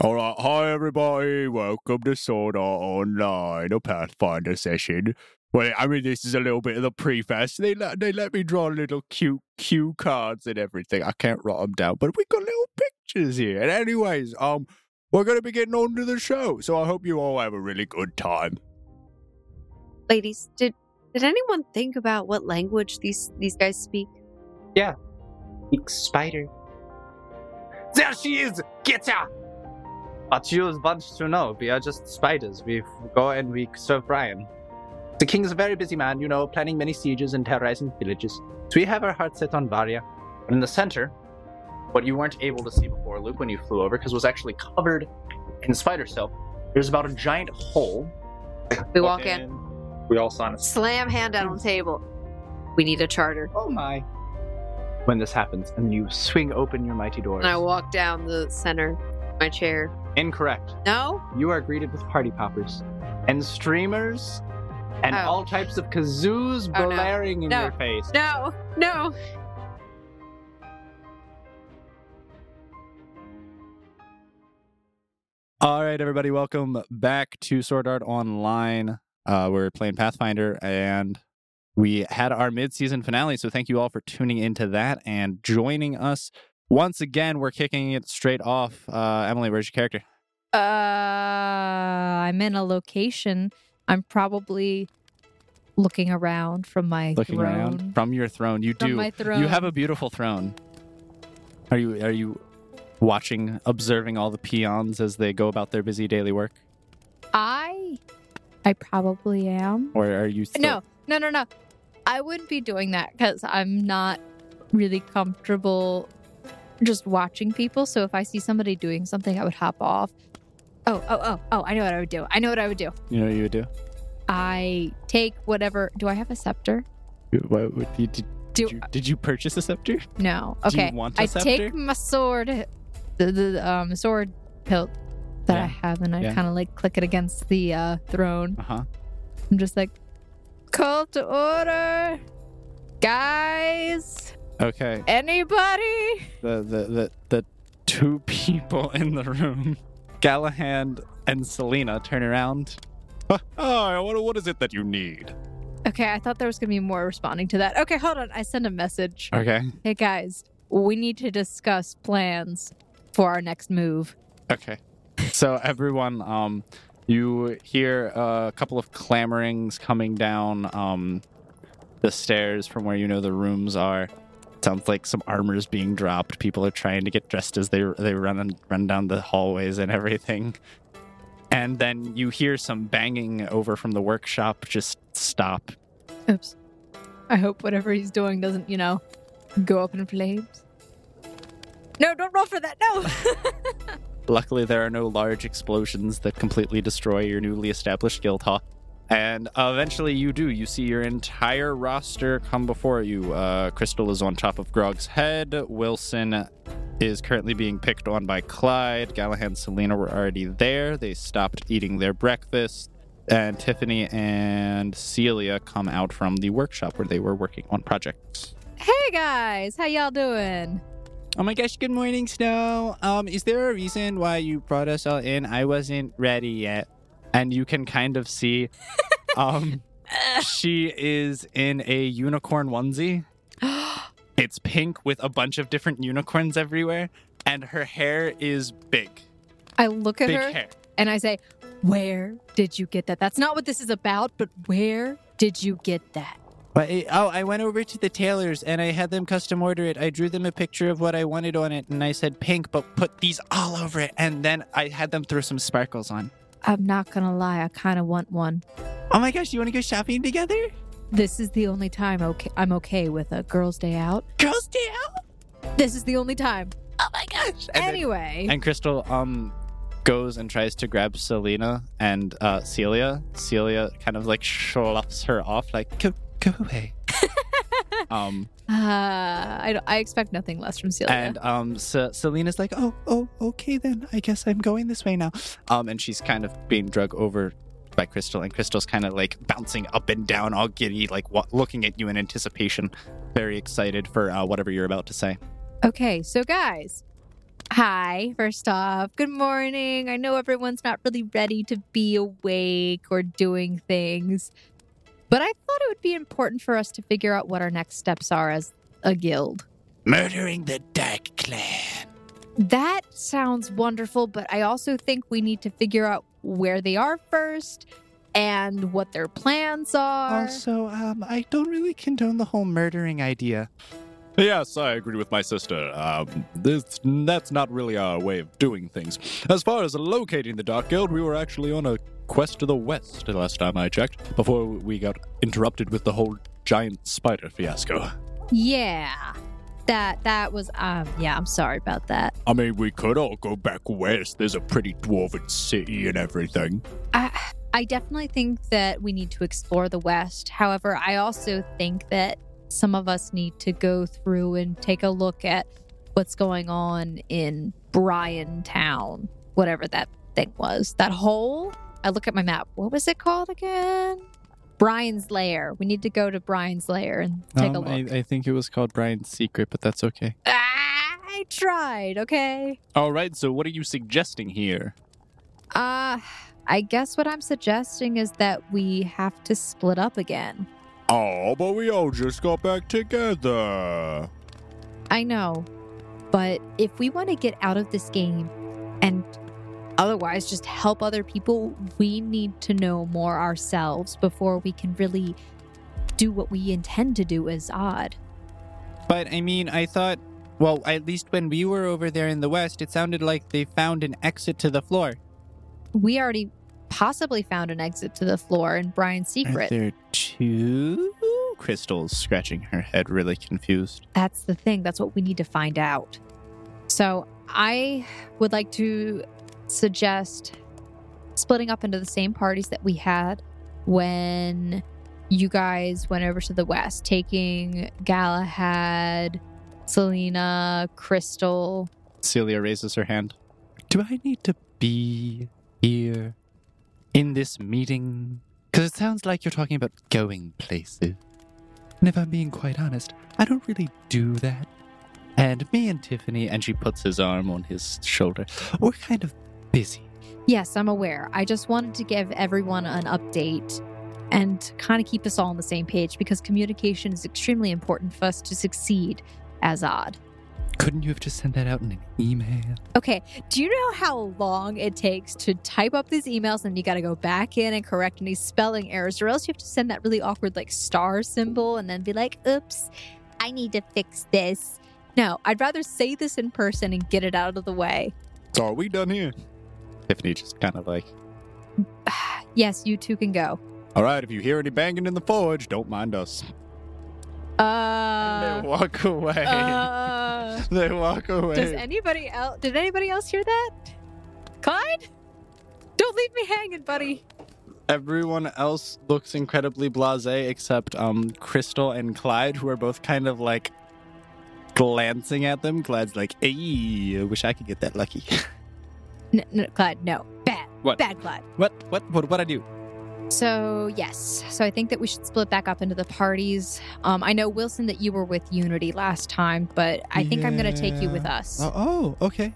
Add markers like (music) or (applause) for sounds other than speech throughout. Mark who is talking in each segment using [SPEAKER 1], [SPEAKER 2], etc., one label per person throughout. [SPEAKER 1] All right, hi everybody. Welcome to Sword Art Online, a Pathfinder session. Well, I mean, this is a little bit of the preface. They let they let me draw little cute cue cards and everything. I can't write them down, but we got little pictures here. And anyways, um, we're gonna be getting on to the show, so I hope you all have a really good time.
[SPEAKER 2] ladies did did anyone think about what language these these guys speak
[SPEAKER 3] Spider.
[SPEAKER 4] There she is! Get her!
[SPEAKER 3] But you bunch to know, we are just spiders. We go and we serve Brian. The king is a very busy man, you know, planning many sieges and terrorizing villages. So we have our heart set on Varia. But in the center, what you weren't able to see before, Luke, when you flew over, because was actually covered in spider silk, there's about a giant hole.
[SPEAKER 2] we walk in
[SPEAKER 4] We all sign us.
[SPEAKER 2] slam hand down on the table we need a charter
[SPEAKER 3] Oh my. When this happens, and you swing open your mighty doors.
[SPEAKER 2] and i walk down the center to my chair
[SPEAKER 3] Incorrect.
[SPEAKER 2] no
[SPEAKER 3] you are greeted with party poppers and streamers and
[SPEAKER 2] Oh.
[SPEAKER 3] all types of kazoos
[SPEAKER 2] Oh, no.
[SPEAKER 3] blaring in
[SPEAKER 2] No.
[SPEAKER 3] your face.
[SPEAKER 2] no no
[SPEAKER 5] All right, everybody, welcome back to Sword Art Online. Uh, we're playing Pathfinder, and we had our mid-season finale. So thank you all for tuning into that and joining us once again. We're kicking it straight off. Uh, Emily, where's your character?
[SPEAKER 6] Uh, I'm in a location. I'm probably looking around from my
[SPEAKER 5] Looking
[SPEAKER 6] throne.
[SPEAKER 5] around from your throne, you
[SPEAKER 6] From
[SPEAKER 5] do.
[SPEAKER 6] my
[SPEAKER 5] You have
[SPEAKER 6] throne.
[SPEAKER 5] a beautiful throne. Are you are you watching, observing all the peons as they go about their busy daily work,
[SPEAKER 6] I, I probably am.
[SPEAKER 5] or are you still
[SPEAKER 6] No, no, no, no. I wouldn't be doing that because I'm not really comfortable just watching people. So if I see somebody doing something, I would hop off. Oh, oh, oh, oh! I know what I would do. I know what I would do.
[SPEAKER 5] You know what you would do.
[SPEAKER 6] I take whatever. Do I have a scepter?
[SPEAKER 5] You- What would you, did,
[SPEAKER 6] Do-
[SPEAKER 5] did you did you purchase a scepter?
[SPEAKER 6] No.
[SPEAKER 5] Do you
[SPEAKER 6] Okay.
[SPEAKER 5] want a
[SPEAKER 6] I
[SPEAKER 5] scepter?
[SPEAKER 6] take my sword, the, the um, sword hilt that
[SPEAKER 5] Yeah.
[SPEAKER 6] I have, and I
[SPEAKER 5] Yeah.
[SPEAKER 6] kind of like click it against the uh, throne.
[SPEAKER 5] Uh huh.
[SPEAKER 6] I'm just like, call to order, guys.
[SPEAKER 5] Okay.
[SPEAKER 6] Anybody?
[SPEAKER 5] The the the the two (laughs) people in the room, Galahad and Selena, turn around.
[SPEAKER 1] Oh, what, what is it that you need?
[SPEAKER 6] Okay, I thought there was gonna be more responding to that. Okay, hold on. I send a message.
[SPEAKER 5] Okay.
[SPEAKER 6] Hey guys, we need to discuss plans for our next move.
[SPEAKER 5] Okay. So everyone, um, you hear a couple of clamorings coming down um, the stairs from where you know the rooms are. Sounds like some armor's being dropped. People are trying to get dressed as they they run and run down the hallways and everything. And then you hear some banging over from the workshop. Just stop.
[SPEAKER 6] Oops. I hope whatever he's doing doesn't, you know, go up in flames. No, don't roll for that. No. (laughs)
[SPEAKER 5] Luckily, there are no large explosions that completely destroy your newly established guild hall. And uh, eventually, you do. You see your entire roster come before you. Uh, Crystal is on top of Grog's head. Wilson is currently being picked on by Clyde. Galahad and Selena were already there. They stopped eating their breakfast. And Tiffany and Celia come out from the workshop where they were working on projects.
[SPEAKER 6] hey guys, how y'all doing?
[SPEAKER 5] Oh my gosh, good morning, Snow. Um, is there a reason why you brought us all in? I wasn't ready yet. And you can kind
[SPEAKER 6] (laughs)
[SPEAKER 5] of see um she is in a
[SPEAKER 6] (gasps)
[SPEAKER 5] unicorn onesie. It's pink with a bunch of different unicorns everywhere, and her hair is big.
[SPEAKER 6] I look at
[SPEAKER 5] Big
[SPEAKER 6] her
[SPEAKER 5] hair.
[SPEAKER 6] and I say, "Where did you get that?" That's not what this is about, but where did you get that?
[SPEAKER 5] But it- oh, I went over to the tailors and I had them custom order it. I drew them a picture of what I wanted on it, and I said pink, but put these all over it. And then I had them throw some sparkles on.
[SPEAKER 6] I'm not gonna lie, I kind of want one.
[SPEAKER 5] Oh my gosh, you want to go shopping together?
[SPEAKER 6] This is the only time okay I'm okay with a girls' day out.
[SPEAKER 5] Girls Day Out.
[SPEAKER 6] This is the only time.
[SPEAKER 5] Oh my gosh. And, then-
[SPEAKER 6] anyway,
[SPEAKER 5] and Crystal um goes and tries to grab Selena and uh, Celia. Celia kind of like schluffs her off, like go go away. um
[SPEAKER 6] uh, I, don't- I expect nothing less from Celia.
[SPEAKER 5] and um Se- Selena's like oh oh okay then I guess I'm going this way now. Um and she's kind of being drug over by Crystal and Crystal's kind of like bouncing up and down all giddy like wa- looking at you in anticipation very excited for uh, whatever you're about to say.
[SPEAKER 6] okay, so guys, hi, first off. Good morning. I know everyone's not really ready to be awake or doing things, but I thought it would be important for us to figure out what our next steps are as a guild.
[SPEAKER 5] Murdering the Dark Clan.
[SPEAKER 6] That sounds wonderful, but I also think we need to figure out where they are first and what their plans are.
[SPEAKER 5] Also, um, I don't really condone the whole murdering idea.
[SPEAKER 1] Yes, I agree with my sister. Um, this, that's not really our way of doing things. As far as locating the Dark Guild, we were actually on a quest to the west last time I checked, before we got interrupted with the whole giant spider fiasco.
[SPEAKER 6] Yeah. That that was um yeah, I'm sorry about that.
[SPEAKER 1] I mean, we could all go back west. There's a pretty dwarven city and everything.
[SPEAKER 6] I I definitely think that we need to explore the West. However, I also think that some of us need to go through and take a look at what's going on in Bryan Town, whatever that thing was. That hole. I look at my map. What was it called again? Brian's Lair. We need to go to Brian's Lair and take a
[SPEAKER 5] Um,
[SPEAKER 6] look.
[SPEAKER 5] I, I think it was called Brian's Secret, but that's okay.
[SPEAKER 6] Ah, I tried, okay?
[SPEAKER 5] All right, so what are you suggesting here?
[SPEAKER 6] Uh, I guess what I'm suggesting is that we have to split up again.
[SPEAKER 1] Oh, but we all just got back together.
[SPEAKER 6] I know, but if we want to get out of this game and otherwise just help other people, we need to know more ourselves before we can really do what we intend to do as odd.
[SPEAKER 5] But I mean, I thought, well, at least when we were over there in the West, it sounded like they found an exit to the floor.
[SPEAKER 6] We already possibly found an exit to the floor in Brian's
[SPEAKER 5] Are
[SPEAKER 6] secret.
[SPEAKER 5] there two crystals scratching her head, really confused?
[SPEAKER 6] That's the thing. That's what we need to find out. So I would like to suggest splitting up into the same parties that we had when you guys went over to the West, taking Galahad, Selena, Crystal.
[SPEAKER 5] Celia raises her hand. Do I need to be here in this meeting? Because it sounds like you're talking about going places. And if I'm being quite honest, I don't really do that. And me and Tiffany, and she puts his arm on his shoulder, we're kind of busy.
[SPEAKER 6] Yes, I'm aware. I just wanted to give everyone an update and kind of keep us all on the same page because communication is extremely important for us to succeed as odd.
[SPEAKER 5] Couldn't you have just sent that out in an email?
[SPEAKER 6] Okay, do you know how long it takes to type up these emails and you got to go back in and correct any spelling errors, or else you have to send that really awkward like star symbol and then be like, oops, I need to fix this. No, I'd rather say this in person and get it out of the way.
[SPEAKER 1] So are we done here?
[SPEAKER 5] Tiffany just kind of like,
[SPEAKER 6] Yes, you two can go.
[SPEAKER 1] All right, if you hear any banging in the forge, don't mind us.
[SPEAKER 6] Uh,
[SPEAKER 5] they walk away.
[SPEAKER 6] uh,
[SPEAKER 5] (laughs) they walk away.
[SPEAKER 6] does anybody else? Did anybody else hear that? Clyde, don't leave me hanging, buddy.
[SPEAKER 5] Everyone else looks incredibly blasé except um Crystal and Clyde, who are both kind of like glancing at them. Clyde's like, "Hey, I wish I could get that lucky."
[SPEAKER 6] N- no, Clyde, no, bad,
[SPEAKER 5] What?
[SPEAKER 6] bad, Clyde.
[SPEAKER 5] what? What? What? What I do?
[SPEAKER 6] So, yes. So, I think that we should split back up into the parties. Um, I know, Wilson, that you were with Unity last time, but I think I'm going to take you with
[SPEAKER 5] Yeah.
[SPEAKER 6] us.
[SPEAKER 5] Oh, oh, okay.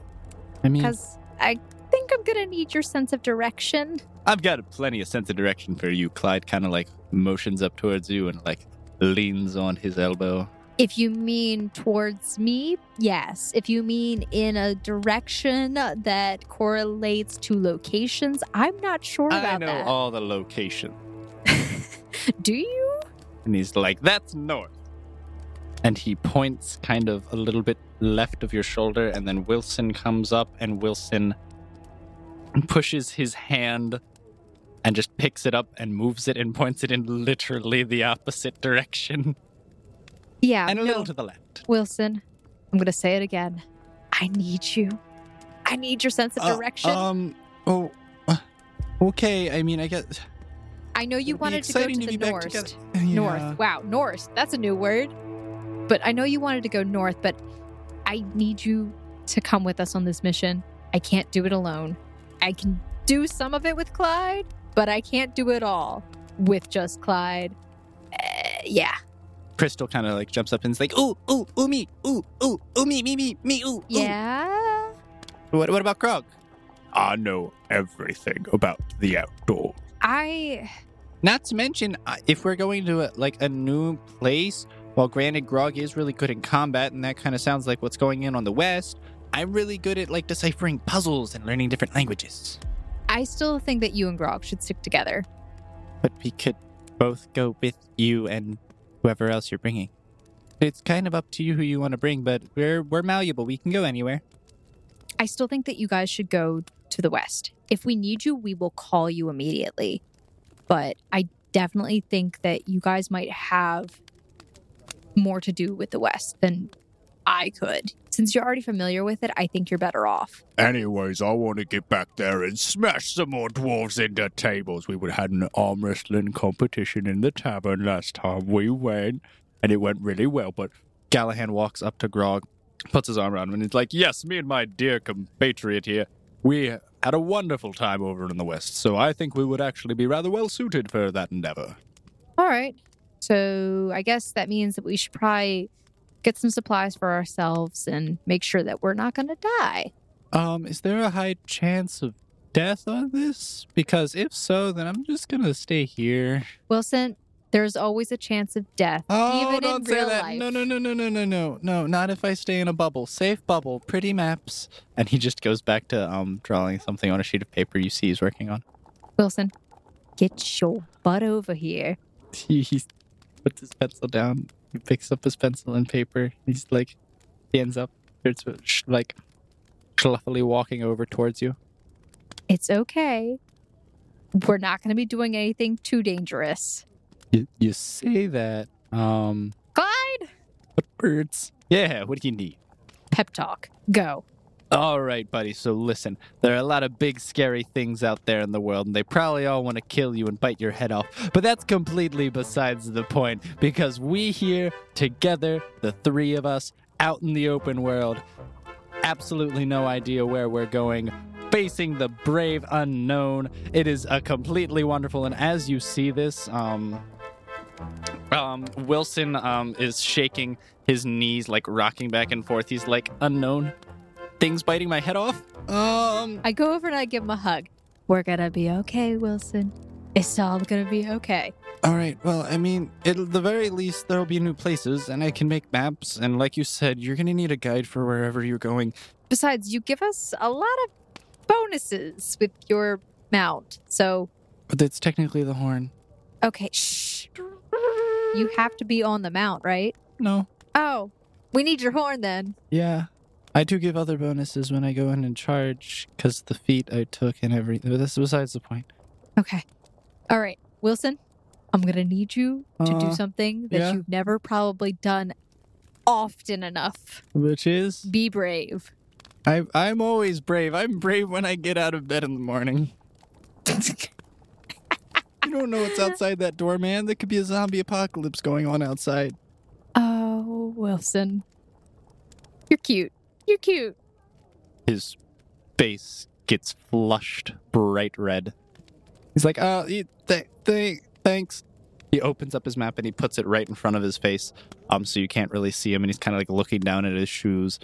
[SPEAKER 5] I mean,
[SPEAKER 6] Because I think I'm going to need your sense of direction.
[SPEAKER 5] I've got plenty of sense of direction for you. Clyde kind of like motions up towards you and like leans on his elbow.
[SPEAKER 6] If you mean towards me, yes. If you mean in a direction that correlates to locations, I'm not sure
[SPEAKER 5] I
[SPEAKER 6] about
[SPEAKER 5] know
[SPEAKER 6] that.
[SPEAKER 5] all the location,
[SPEAKER 6] Do you?
[SPEAKER 5] and he's like, "That's north." And he points kind of a little bit left of your shoulder, and then Wilson comes up, and Wilson pushes his hand and just picks it up and moves it and points it in literally the opposite direction
[SPEAKER 6] Yeah.
[SPEAKER 5] and a
[SPEAKER 6] no.
[SPEAKER 5] little to the left.
[SPEAKER 6] Wilson, I'm going to say it again. I need you. I need your sense of
[SPEAKER 5] Uh,
[SPEAKER 6] direction.
[SPEAKER 5] um. Oh. uh, Okay. I mean, I guess.
[SPEAKER 6] I know you
[SPEAKER 5] It'd be
[SPEAKER 6] wanted to go
[SPEAKER 5] exciting
[SPEAKER 6] to the
[SPEAKER 5] be back
[SPEAKER 6] north.
[SPEAKER 5] together. Yeah.
[SPEAKER 6] North. Wow, north. That's a new word. But I know you wanted to go north, but I need you to come with us on this mission. I can't do it alone. I can do some of it with Clyde, but I can't do it all with just Clyde. Uh, yeah.
[SPEAKER 5] Crystal kind of like jumps up and is like, "Ooh, ooh, ooh, me, ooh, ooh, ooh, me, me, me, me, ooh, ooh."
[SPEAKER 6] Yeah.
[SPEAKER 5] What, what about Krog?
[SPEAKER 1] I know everything about the outdoors.
[SPEAKER 6] I
[SPEAKER 5] Not to mention, uh, if we're going to a, like a new place, while granted Grog is really good in combat, and that kind of sounds like what's going in on the west, I'm really good at like deciphering puzzles and learning different languages.
[SPEAKER 6] I still think that you and Grog should stick together.
[SPEAKER 5] But we could both go with you and whoever else you're bringing. It's kind of up to you who you want to bring, but we're we're malleable. We can go anywhere.
[SPEAKER 6] I still think that you guys should go to the west. If we need you, we will call you immediately. But I definitely think that you guys might have more to do with the west than I could. Since you're already familiar with it, I think you're better off.
[SPEAKER 1] Anyways, I want to get back there and smash some more dwarves into tables. We would had an arm wrestling competition in the tavern last time we went, and it went really well. But
[SPEAKER 5] Gallahan walks up to Grog, puts his arm around him, and he's like, Yes, me and my dear compatriot here, we had a wonderful time over in the West, so I think we would actually be rather well suited for that endeavor.
[SPEAKER 6] All right. So I guess that means that we should probably get some supplies for ourselves and make sure that we're not going to die.
[SPEAKER 5] Um, is there a high chance of death on this? Because if so, then I'm just gonna stay here.
[SPEAKER 6] Wilson, there's always a chance of death,
[SPEAKER 5] Oh,
[SPEAKER 6] even
[SPEAKER 5] don't
[SPEAKER 6] in
[SPEAKER 5] say
[SPEAKER 6] real
[SPEAKER 5] that.
[SPEAKER 6] life.
[SPEAKER 5] No, no, no, no, no, no, no, no. Not if I stay in a bubble. Safe bubble. Pretty maps. And he just goes back to um drawing something on a sheet of paper you see he's working on. (laughs)
[SPEAKER 6] Wilson, get your butt over here.
[SPEAKER 5] he, he puts his pencil down, he picks up his pencil and paper. He's like, stands up, starts sh- like cluffily walking over towards you.
[SPEAKER 6] It's okay. We're not going to be doing anything too dangerous.
[SPEAKER 5] You, you say that, um,
[SPEAKER 6] Clyde!
[SPEAKER 5] but birds. Yeah, what do you need?
[SPEAKER 6] Pep talk. Go.
[SPEAKER 5] All right, buddy. So listen, there are a lot of big, scary things out there in the world, and they probably all want to kill you and bite your head off. But that's completely besides the point because we here together, the three of us, out in the open world, absolutely no idea where we're going. Facing the brave unknown, it is a completely wonderful. And as you see this, um, um, Wilson um, is shaking his knees, like rocking back and forth. He's like, unknown things biting my head off. Um,
[SPEAKER 6] I go over and I give him a hug. We're going to be okay, Wilson. It's all going to be okay.
[SPEAKER 5] all right. Well, I mean, at the very least, there'll be new places, and I can make maps. And like you said, you're gonna need a guide for wherever you're going.
[SPEAKER 6] Besides, you give us a lot of bonuses with your mount. So,
[SPEAKER 5] But that's technically the horn.
[SPEAKER 6] okay, shh. You have to be on the mount, right?
[SPEAKER 5] No.
[SPEAKER 6] Oh, we need your horn then.
[SPEAKER 5] Yeah. I do give other bonuses when I go in and charge because the feat I took and everything. But that's besides the point.
[SPEAKER 6] Okay. All right, Wilson, I'm going to need you to
[SPEAKER 5] Uh,
[SPEAKER 6] do something that
[SPEAKER 5] yeah.
[SPEAKER 6] you've never probably done often enough.
[SPEAKER 5] Which is,
[SPEAKER 6] Be brave.
[SPEAKER 5] I, I'm always brave. I'm brave when I get out of bed in the morning. you don't know what's outside that door, man. There could be a zombie apocalypse going on outside.
[SPEAKER 6] Oh, Wilson. You're cute. You're cute.
[SPEAKER 5] His face gets flushed bright red. He's like, uh, you- th- th- thanks. He opens up his map and he puts it right in front of his face, um, so you can't really see him. And he's kind of like looking down at his shoes.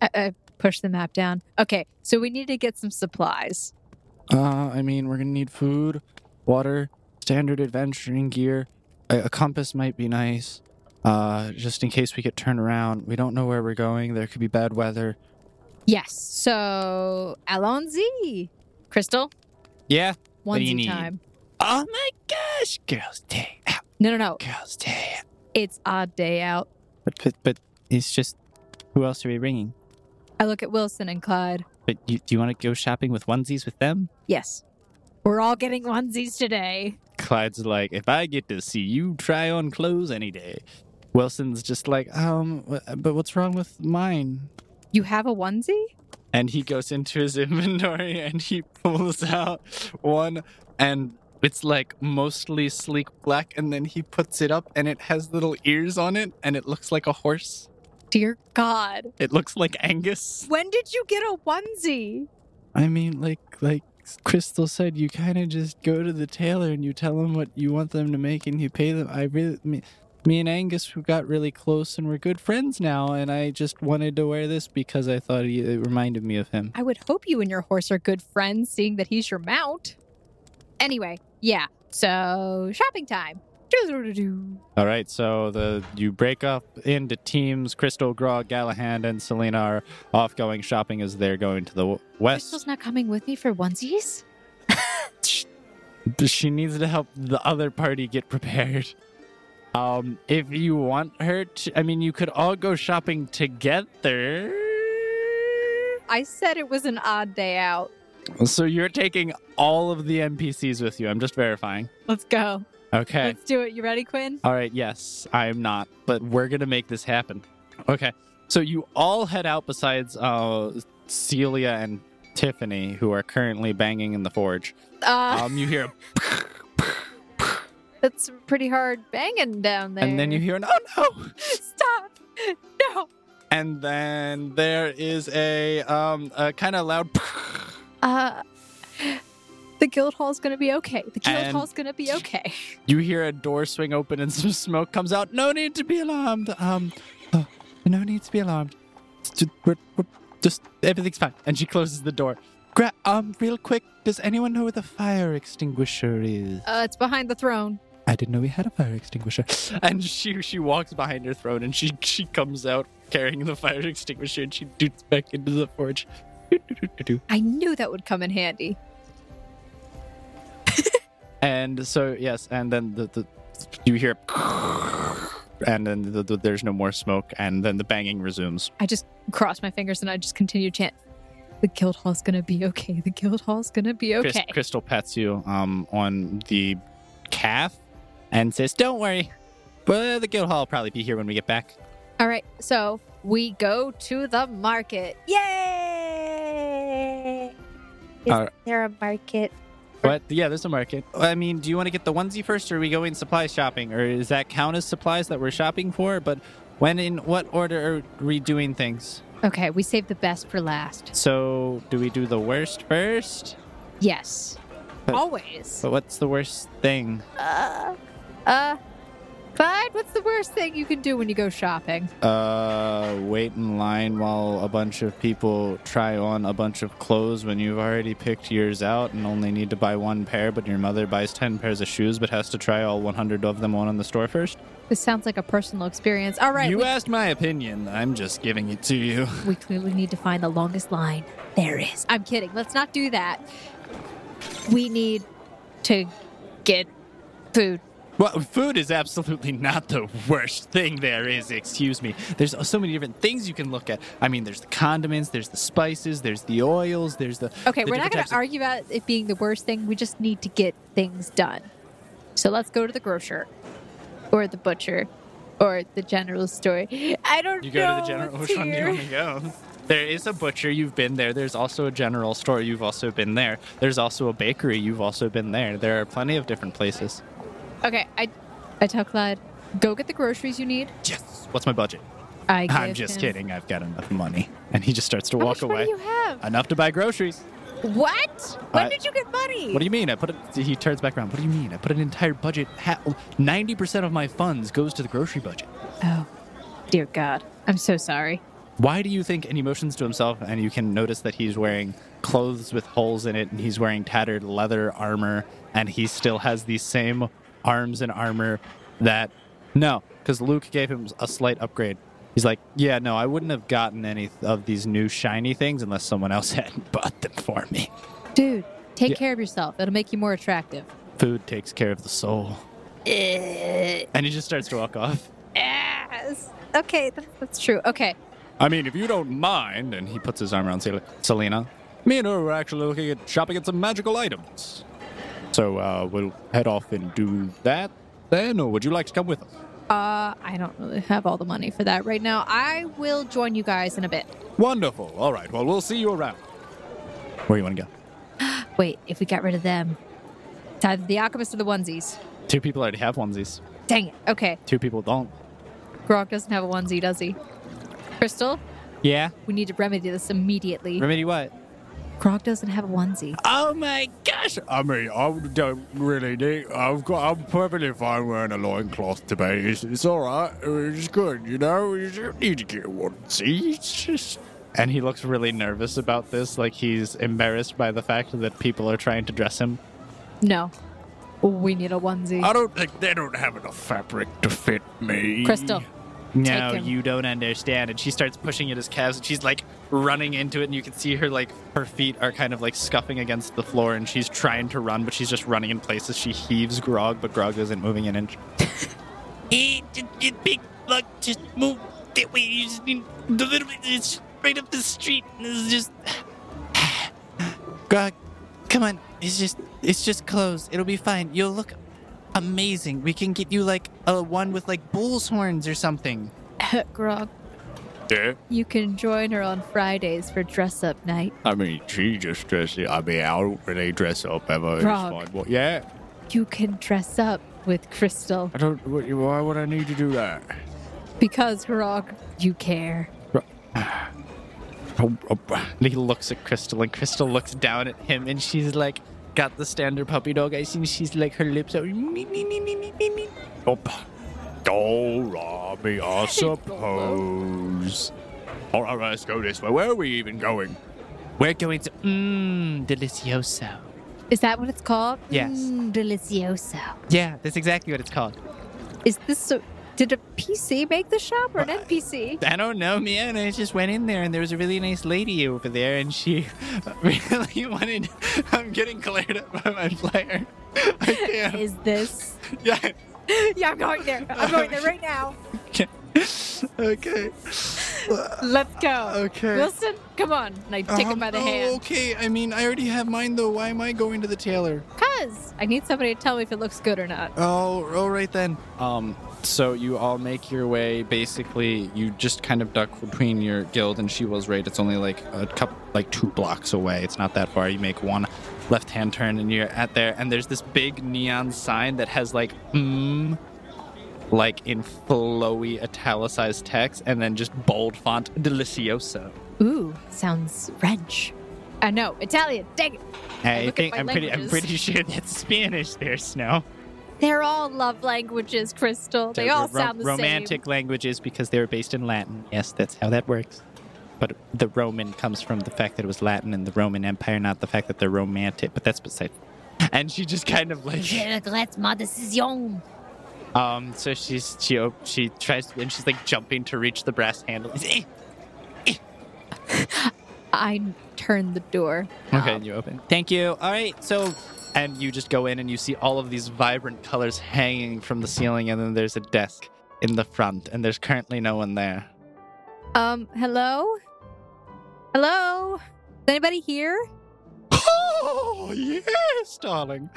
[SPEAKER 6] I, I push the map down. Okay, so we need to get some supplies.
[SPEAKER 5] Uh, I mean, we're gonna need food, water, standard adventuring gear. A, a compass might be nice, uh, just in case we get turned around. We don't know where we're going. There could be bad weather.
[SPEAKER 6] Yes. So Alonzi, Crystal,
[SPEAKER 5] Yeah. What do you
[SPEAKER 6] onesie
[SPEAKER 5] need?
[SPEAKER 6] time.
[SPEAKER 5] Oh my gosh, girls' day out,
[SPEAKER 6] No, no, no.
[SPEAKER 5] girls' day out.
[SPEAKER 6] It's odd day out.
[SPEAKER 5] But, but but it's just who else are we bringing?
[SPEAKER 6] I look at Wilson and Clyde.
[SPEAKER 5] But you, do you want to go shopping with onesies with them?
[SPEAKER 6] Yes, we're all getting onesies today.
[SPEAKER 5] Clyde's like, if I get to see you try on clothes any day. Wilson's just like, um, wh- but what's wrong with mine?
[SPEAKER 6] You have a onesie?
[SPEAKER 5] And he goes into his (laughs) inventory and he pulls out one and it's like mostly sleek black and then he puts it up and it has little ears on it and it looks like a horse.
[SPEAKER 6] Dear God,
[SPEAKER 5] It looks like Angus.
[SPEAKER 6] when did you get a onesie?
[SPEAKER 5] I mean, like like Crystal said, you kind of just go to the tailor and you tell them what you want them to make, and you pay them. I really, I mean, me and Angus we got really close and we're good friends now. And I just wanted to wear this because I thought he, it reminded me of him.
[SPEAKER 6] I would hope you and your horse are good friends, seeing that he's your mount. Anyway, yeah. So shopping time. Doo-doo-doo-doo.
[SPEAKER 5] All right, so the you break up into teams. Crystal, Grog, Galahand, and Selena are off going shopping as they're going to the w- west.
[SPEAKER 6] Crystal's not coming with me for onesies.
[SPEAKER 5] She needs to help the other party get prepared. Um, if you want her to, I mean, you could all go shopping together.
[SPEAKER 6] I said it was an odd day out.
[SPEAKER 5] So you're taking all of the NPCs with you. I'm just verifying.
[SPEAKER 6] Let's go.
[SPEAKER 5] Okay.
[SPEAKER 6] Let's do it. You ready, Quinn?
[SPEAKER 5] All right, yes, I am not, but we're gonna make this happen. Okay, so you all head out besides uh, Celia and Tiffany, who are currently banging in the forge.
[SPEAKER 6] Uh,
[SPEAKER 5] Um, you hear,
[SPEAKER 6] that's pretty hard banging down there.
[SPEAKER 5] and then you hear an oh no,
[SPEAKER 6] (laughs) stop. No.
[SPEAKER 5] and then there is a um a kind of loud, (laughs)
[SPEAKER 6] Uh, the guild hall's gonna be okay. The guild
[SPEAKER 5] And-
[SPEAKER 6] hall's gonna be okay.
[SPEAKER 5] you hear a door swing open and some smoke comes out. No need to be alarmed. Um, uh, no need to be alarmed. It's ju- we're- we're just everything's fine. And she closes the door. Gra- um, real quick, does anyone know where the fire extinguisher is?
[SPEAKER 6] Uh, it's behind the throne.
[SPEAKER 5] I didn't know we had a fire extinguisher. And she she walks behind her throne and she she comes out carrying the fire extinguisher and she doots back into the forge.
[SPEAKER 6] I knew that would come in handy.
[SPEAKER 5] And so yes, and then the, the you hear and then the, the, there's no more smoke and then the banging resumes.
[SPEAKER 6] I just crossed my fingers and I just continue to chant. The guild hall's gonna be okay. The guild hall's gonna be okay.
[SPEAKER 5] Chris- Crystal pats you um on the calf and says, "Don't worry, but the guild hall will probably be here when we get back."
[SPEAKER 6] All right, so we go to the market.
[SPEAKER 2] Yay! Is
[SPEAKER 5] All right.
[SPEAKER 2] there a market?
[SPEAKER 5] But yeah, there's a market. I mean, do you want to get the onesie first, or are we going supply shopping, or is that count as supplies that we're shopping for? But when in what order are we doing things?
[SPEAKER 6] Okay, we saved the best for last.
[SPEAKER 5] So do we do the worst first?
[SPEAKER 6] Yes.
[SPEAKER 5] But-
[SPEAKER 6] Always.
[SPEAKER 5] But what's the worst thing?
[SPEAKER 6] Uh, uh, Clyde, what's the worst thing you can do when you go shopping?
[SPEAKER 5] Uh, wait in line while a bunch of people try on a bunch of clothes when you've already picked yours out and only need to buy one pair, but your mother buys ten pairs of shoes but has to try all 100 of them on in the store first.
[SPEAKER 6] This sounds like a personal experience. All right,
[SPEAKER 5] you
[SPEAKER 6] we,
[SPEAKER 5] asked my opinion. I'm just giving it to you. (laughs)
[SPEAKER 6] we clearly need to find the longest line there is. I'm kidding. Let's not do that. We need to get food.
[SPEAKER 5] Well, food is absolutely not the worst thing there is, excuse me. There's so many different things you can look at. I mean, there's the condiments, there's the spices, there's the oils, there's the.
[SPEAKER 6] Okay,
[SPEAKER 5] the
[SPEAKER 6] we're not going
[SPEAKER 5] different types
[SPEAKER 6] to
[SPEAKER 5] of-
[SPEAKER 6] argue about it being the worst thing. We just need to get things done. So let's go to the grocer or the butcher or the general store. I don't
[SPEAKER 5] You
[SPEAKER 6] know.
[SPEAKER 5] go to the general.
[SPEAKER 6] what's
[SPEAKER 5] Which one do you
[SPEAKER 6] here.
[SPEAKER 5] want to go? There is a butcher. You've been there. There's also a general store. You've also been there. There's also a bakery. You've also been there. There are plenty of different places.
[SPEAKER 6] Okay, I, I tell Clyde, go get the groceries you need.
[SPEAKER 5] Yes. What's my budget?
[SPEAKER 6] I
[SPEAKER 5] I'm
[SPEAKER 6] give
[SPEAKER 5] just
[SPEAKER 6] him-
[SPEAKER 5] kidding. I've got enough money. And he just starts to
[SPEAKER 6] How
[SPEAKER 5] walk
[SPEAKER 6] much money
[SPEAKER 5] away.
[SPEAKER 6] you have?
[SPEAKER 5] Enough to buy groceries.
[SPEAKER 6] What? When
[SPEAKER 5] I-
[SPEAKER 6] did you get money?
[SPEAKER 5] Uh, What do you mean? I put it. He turns back around. What do you mean? I put an entire budget. Ninety percent of my funds goes to the grocery budget.
[SPEAKER 6] oh, dear God. I'm so sorry.
[SPEAKER 5] Why do you think? And he motions to himself, and you can notice that he's wearing clothes with holes in it, and he's wearing tattered leather armor, and he still has the same arms and armor that. No, because Luke gave him a slight upgrade. He's like, yeah, no, I wouldn't have gotten any of these new shiny things unless someone else (laughs) had bought them for me.
[SPEAKER 6] Dude, take
[SPEAKER 5] Yeah.
[SPEAKER 6] care of yourself. It'll make you more attractive.
[SPEAKER 5] Food takes care of the soul.
[SPEAKER 6] Eh,
[SPEAKER 5] And he just starts to walk off.
[SPEAKER 6] ass. Okay, that's, that's true. Okay.
[SPEAKER 5] I mean, if you don't mind, and he puts his arm around Sel- Selena, me and her were actually looking at shopping at some magical items. So uh, we'll head off and do that then, or would you like to come with us?
[SPEAKER 6] Uh, I don't really have all the money for that right now. I will join you guys in a bit.
[SPEAKER 5] Wonderful. All right. Well, we'll see you around. Where you want to go?
[SPEAKER 6] Wait, if we got rid of them, it's either the alchemist or the onesies.
[SPEAKER 5] Two people already have onesies.
[SPEAKER 6] Dang it. Okay,
[SPEAKER 5] Two people don't.
[SPEAKER 6] Grog doesn't have a onesie, does he? Crystal,
[SPEAKER 5] Yeah.
[SPEAKER 6] we need to remedy this immediately.
[SPEAKER 5] Remedy what?
[SPEAKER 6] Grog doesn't have a onesie.
[SPEAKER 1] Oh my gosh! I mean, I don't really need. I've got. I'm perfectly fine wearing a loincloth today. It's, it's all right. It's good, you know. You don't need to get one. See, it's just.
[SPEAKER 5] And he looks really nervous about this, like he's embarrassed by the fact that people are trying to dress him.
[SPEAKER 6] No. We need a onesie.
[SPEAKER 1] I don't think they don't have enough fabric to fit me.
[SPEAKER 6] Crystal. (laughs)
[SPEAKER 5] No,
[SPEAKER 6] Take him.
[SPEAKER 5] you don't understand. And she starts pushing at his calves and she's like running into it. And you can see her, like, her feet are kind of like scuffing against the floor. And she's trying to run, but she's just running in places. She heaves Grog, but Grog isn't moving an inch.
[SPEAKER 7] big luck just move that way. You just need the little bit. It's right up the street. And it's just. Grog, come on. It's just. It's just closed. It'll be fine. You'll look amazing. We can get you like a one with like bull's horns or something.
[SPEAKER 6] Grog,
[SPEAKER 1] Yeah.
[SPEAKER 6] you can join her on Fridays for dress up night.
[SPEAKER 1] I mean, she just dresses. I mean, I don't really dress up ever.
[SPEAKER 6] Grog.
[SPEAKER 1] It's fine. What? Yeah.
[SPEAKER 6] You can dress up with Crystal
[SPEAKER 1] I don't. What, why would I need to do that?
[SPEAKER 6] because Grog, you care.
[SPEAKER 1] Oh, oh,
[SPEAKER 5] And he looks at Crystal, and Crystal looks down at him, and she's like, got the standard puppy dog eyes, and she's like, her lips are.
[SPEAKER 1] oh, all right, me, I suppose. All right, let's go this way. Where are we even going?
[SPEAKER 7] We're going to. Mmm, delicioso.
[SPEAKER 6] Is that what it's called?
[SPEAKER 7] Yes.
[SPEAKER 6] Mm, delicioso.
[SPEAKER 7] Yeah, that's exactly what it's called.
[SPEAKER 6] Is this so? Did a PC make the shop or an NPC?
[SPEAKER 7] I don't know, man. I just went in there and there was a really nice lady over there and she (laughs) really wanted. I'm getting glared at by my player. (laughs) I can't.
[SPEAKER 6] Is this?
[SPEAKER 7] Yeah.
[SPEAKER 6] (laughs) Yeah, I'm going there. I'm going there right now.
[SPEAKER 7] (laughs) Okay.
[SPEAKER 6] (laughs) Let's go.
[SPEAKER 7] Okay.
[SPEAKER 6] Wilson, come on. And I take him by the
[SPEAKER 7] Um, oh,
[SPEAKER 5] Uh-huh.
[SPEAKER 6] hand.
[SPEAKER 7] Okay, I mean, I already have mine though. Why am I going to the tailor?
[SPEAKER 6] Cuz I need somebody to tell me if it looks good or not.
[SPEAKER 7] Oh, all right then.
[SPEAKER 5] Um, so you all make your way. Basically, you just kind of duck between your guild and she was right. It's only like a couple, like two blocks away. It's not that far. You make one left-hand turn and you're at there. And there's this big neon sign that has like mm, like in flowy italicized text, and then just bold font delicioso.
[SPEAKER 6] Ooh, sounds French. I know, Italian. Dang it.
[SPEAKER 5] I
[SPEAKER 6] look at
[SPEAKER 5] think
[SPEAKER 6] my
[SPEAKER 5] I'm pretty. I'm
[SPEAKER 6] languages.
[SPEAKER 5] pretty sure that's Spanish. There, Snow.
[SPEAKER 6] They're all love languages, Crystal. They all
[SPEAKER 5] ro-
[SPEAKER 6] sound the
[SPEAKER 5] romantic languages because they were based in Latin. Yes, that's how that works. But the Roman comes from the fact that it was Latin and the Roman Empire, not the fact that they're romantic. But that's beside. And she just kind of like, um. So she's she op- she tries and she's like jumping to reach the brass handle. "Eh." okay,
[SPEAKER 6] same. I turn the door.
[SPEAKER 5] and you open. Ah. Thank you. All right, so. And you just go in and you see all of these vibrant colors hanging from the ceiling, and then there's a desk in the front, and there's currently no one there.
[SPEAKER 6] Um, hello? Hello? Is anybody here?
[SPEAKER 5] Oh, yes, darling.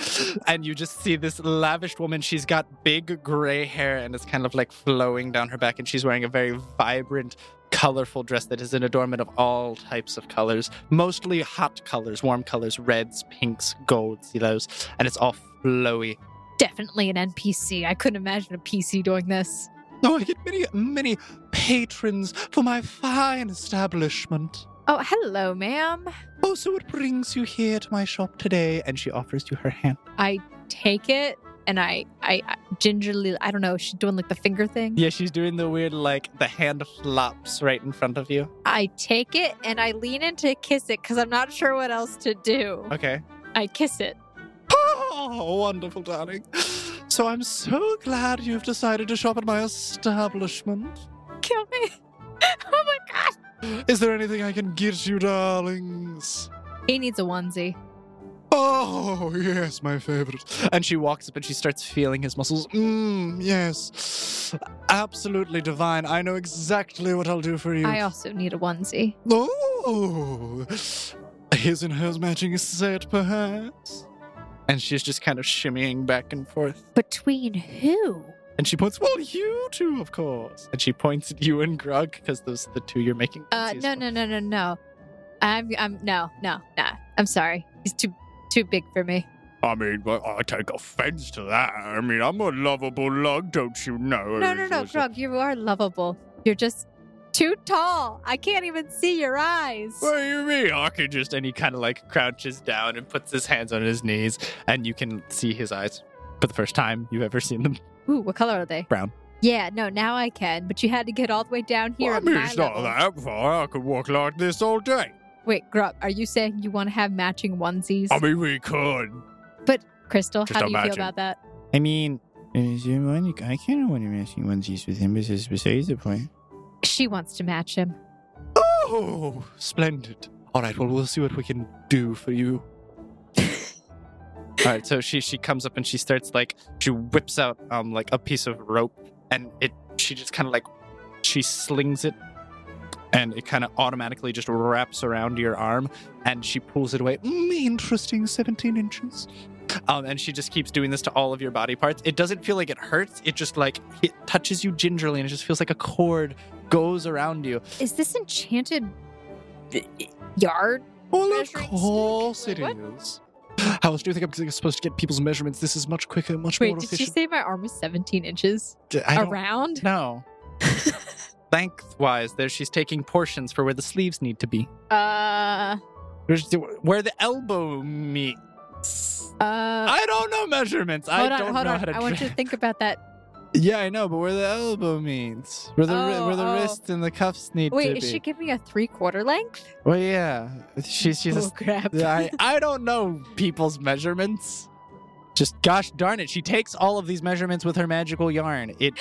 [SPEAKER 5] And you just see this lavish woman. She's got big gray hair and it's kind of like flowing down her back. And she's wearing a very vibrant, colorful dress that is an adornment of all types of colors, mostly hot colors, warm colors, reds, pinks, golds, yellows. And it's all flowy.
[SPEAKER 6] Definitely an NPC. I couldn't imagine a PC doing this.
[SPEAKER 5] Oh, I get many, many patrons for my fine establishment.
[SPEAKER 6] Oh, hello, ma'am.
[SPEAKER 5] Oh, so what brings you here to my shop today? And she offers you her hand.
[SPEAKER 6] I take it and I, I I gingerly, I don't know, is she doing like the finger thing?
[SPEAKER 5] Yeah, she's doing the weird, like, the hand flops right in front of you.
[SPEAKER 6] I take it and I lean in to kiss it because I'm not sure what else to do.
[SPEAKER 5] Okay. (laughs)
[SPEAKER 6] I kiss it.
[SPEAKER 5] Oh, wonderful, darling. So I'm so glad you've decided to shop at my establishment.
[SPEAKER 6] Kill me. (laughs) oh my god.
[SPEAKER 5] Is there anything I can get you, darlings?
[SPEAKER 6] He needs a onesie.
[SPEAKER 5] Oh, yes, my favorite. And she walks up and she starts feeling his muscles. Mmm, yes. Absolutely divine. I know exactly what I'll do for you.
[SPEAKER 6] I also need a onesie.
[SPEAKER 5] Oh, his and hers matching set, perhaps. And she's just kind of shimmying back and forth.
[SPEAKER 6] Between who?
[SPEAKER 5] And she points, well, you two, of course. And she points at you and Grug because those are the two you're making.
[SPEAKER 6] Uh,
[SPEAKER 5] onesies
[SPEAKER 6] no,
[SPEAKER 5] for.
[SPEAKER 6] no, no, no, no. I'm, I'm, no, no, nah. I'm sorry. He's too, too big for me.
[SPEAKER 1] I mean, but I take offense to that. I mean, I'm a lovable lug, don't you know?
[SPEAKER 6] No, no, no, Grog, you are lovable. You're just too tall. I can't even see your eyes.
[SPEAKER 5] What do you mean? Archer just and he kind of like crouches down and puts his hands on his knees, and you can see his eyes for the first time you've ever seen them.
[SPEAKER 6] Ooh, what color are they?
[SPEAKER 5] Brown.
[SPEAKER 6] Yeah, no, now I can, but you had to get all the way down here.
[SPEAKER 1] Well, I
[SPEAKER 6] at
[SPEAKER 1] mean,
[SPEAKER 6] my
[SPEAKER 1] it's not
[SPEAKER 6] level.
[SPEAKER 1] that far. I could walk like this all day.
[SPEAKER 6] Wait, Grub, are you saying you want to have matching onesies?
[SPEAKER 1] I mean, we could. Um,
[SPEAKER 6] Crystal,
[SPEAKER 1] Just
[SPEAKER 6] how do you
[SPEAKER 1] imagine.
[SPEAKER 6] feel about that?
[SPEAKER 7] I mean, is there one? I kind of want to match you onesies with him, but this is besides the point.
[SPEAKER 6] She wants to match him.
[SPEAKER 5] Oh, splendid. All right, well, we'll see what we can do for you. All right, so she she comes up and she starts like she whips out um like a piece of rope and it she just kind of like she slings it and it kind of automatically just wraps around your arm and she pulls it away. Mm, interesting, 17 inches. Um, and she just keeps doing this to all of your body parts. It doesn't feel like it hurts. It just like it touches you gingerly and it just feels like a cord goes around you.
[SPEAKER 6] Is this enchanted th- yard?
[SPEAKER 5] Well, of
[SPEAKER 6] measuring stick?
[SPEAKER 5] course it
[SPEAKER 6] Wait,
[SPEAKER 5] is. I was doing think I'm supposed to get people's measurements. This is much quicker, much
[SPEAKER 6] Wait,
[SPEAKER 5] more
[SPEAKER 6] did you
[SPEAKER 5] efficient.
[SPEAKER 6] say my arm was 17 inches
[SPEAKER 5] I don't
[SPEAKER 6] around? (laughs)
[SPEAKER 5] know. Lengthwise, there she's taking portions for where the sleeves need to be,
[SPEAKER 6] Uh,
[SPEAKER 5] There's the- where the elbow meets.
[SPEAKER 6] uh.
[SPEAKER 5] I don't know measurements.
[SPEAKER 6] Hold
[SPEAKER 5] I
[SPEAKER 6] on,
[SPEAKER 5] don't
[SPEAKER 6] hold
[SPEAKER 5] know
[SPEAKER 6] on.
[SPEAKER 5] how to.
[SPEAKER 6] I want you
[SPEAKER 5] dra-
[SPEAKER 6] to think about that.
[SPEAKER 5] (laughs)
[SPEAKER 7] Yeah, I know, but where the elbow means, where the wri-
[SPEAKER 6] Oh,
[SPEAKER 7] where the
[SPEAKER 6] oh.
[SPEAKER 7] wrist and the cuffs need to
[SPEAKER 6] Wait,
[SPEAKER 7] be.
[SPEAKER 6] is she giving me a three quarter length?
[SPEAKER 7] Well, yeah, she's she's
[SPEAKER 6] Oh,
[SPEAKER 7] just.
[SPEAKER 6] crap.
[SPEAKER 7] I
[SPEAKER 5] (laughs) I don't know people's measurements. Just gosh darn it, she takes all of these measurements with her magical yarn. It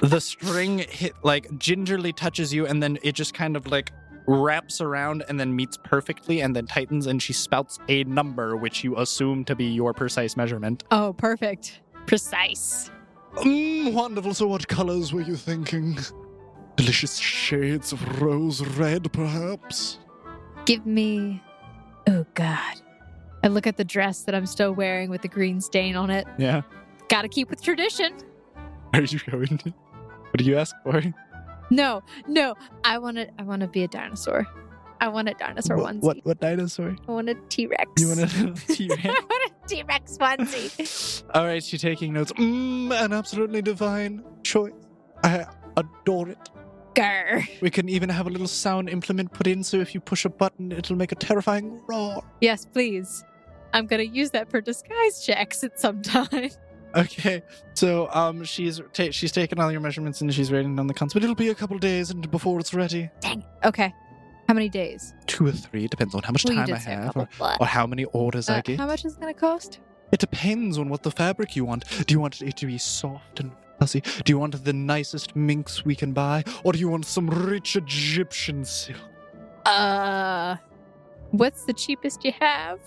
[SPEAKER 5] the string hit like gingerly touches you and then it just kind of like wraps around and then meets perfectly and then tightens and she spouts a number which you assume to be your precise measurement.
[SPEAKER 6] (laughs) Oh, perfect. Precise.
[SPEAKER 5] Mm, wonderful. So what colors were you thinking? Delicious shades of rose red perhaps?
[SPEAKER 6] Give me. Oh, God. I look at the dress that I'm still wearing with the green stain on it.
[SPEAKER 5] Yeah.
[SPEAKER 6] Gotta keep with tradition.
[SPEAKER 5] (laughs) Are you going to? What do you ask for?
[SPEAKER 6] No, no. I want to. I want to be a dinosaur. I want a dinosaur
[SPEAKER 5] what,
[SPEAKER 6] onesie.
[SPEAKER 5] what what dinosaur?
[SPEAKER 6] I want a T Rex.
[SPEAKER 5] You
[SPEAKER 6] (laughs)
[SPEAKER 5] want a T-Rex?
[SPEAKER 6] I want a T Rex onesie.
[SPEAKER 5] (laughs) All right, she's taking notes. Mm, an absolutely divine choice. I adore it.
[SPEAKER 6] Grr.
[SPEAKER 5] We can even have a little sound implement put in, so if you push a button, it'll make a terrifying roar.
[SPEAKER 6] Yes, please. I'm gonna use that for disguise checks at some (laughs) time.
[SPEAKER 5] Okay, so um, she's ta- she's taken all your measurements and she's writing down the counts, but it'll be a couple days and before it's ready.
[SPEAKER 6] Okay. How many days?
[SPEAKER 5] Two or three depends on how much
[SPEAKER 6] Well, you
[SPEAKER 5] time
[SPEAKER 6] did
[SPEAKER 5] I
[SPEAKER 6] say a
[SPEAKER 5] have,
[SPEAKER 6] couple,
[SPEAKER 5] or,
[SPEAKER 6] but-
[SPEAKER 5] or how many orders I
[SPEAKER 6] Uh,
[SPEAKER 5] get.
[SPEAKER 6] how much is it gonna cost?
[SPEAKER 5] It depends on what the fabric you want. Do you want it to be soft and fussy? Do you want the nicest minx we can buy? Or do you want some rich Egyptian silk?
[SPEAKER 6] Uh, what's the cheapest you have?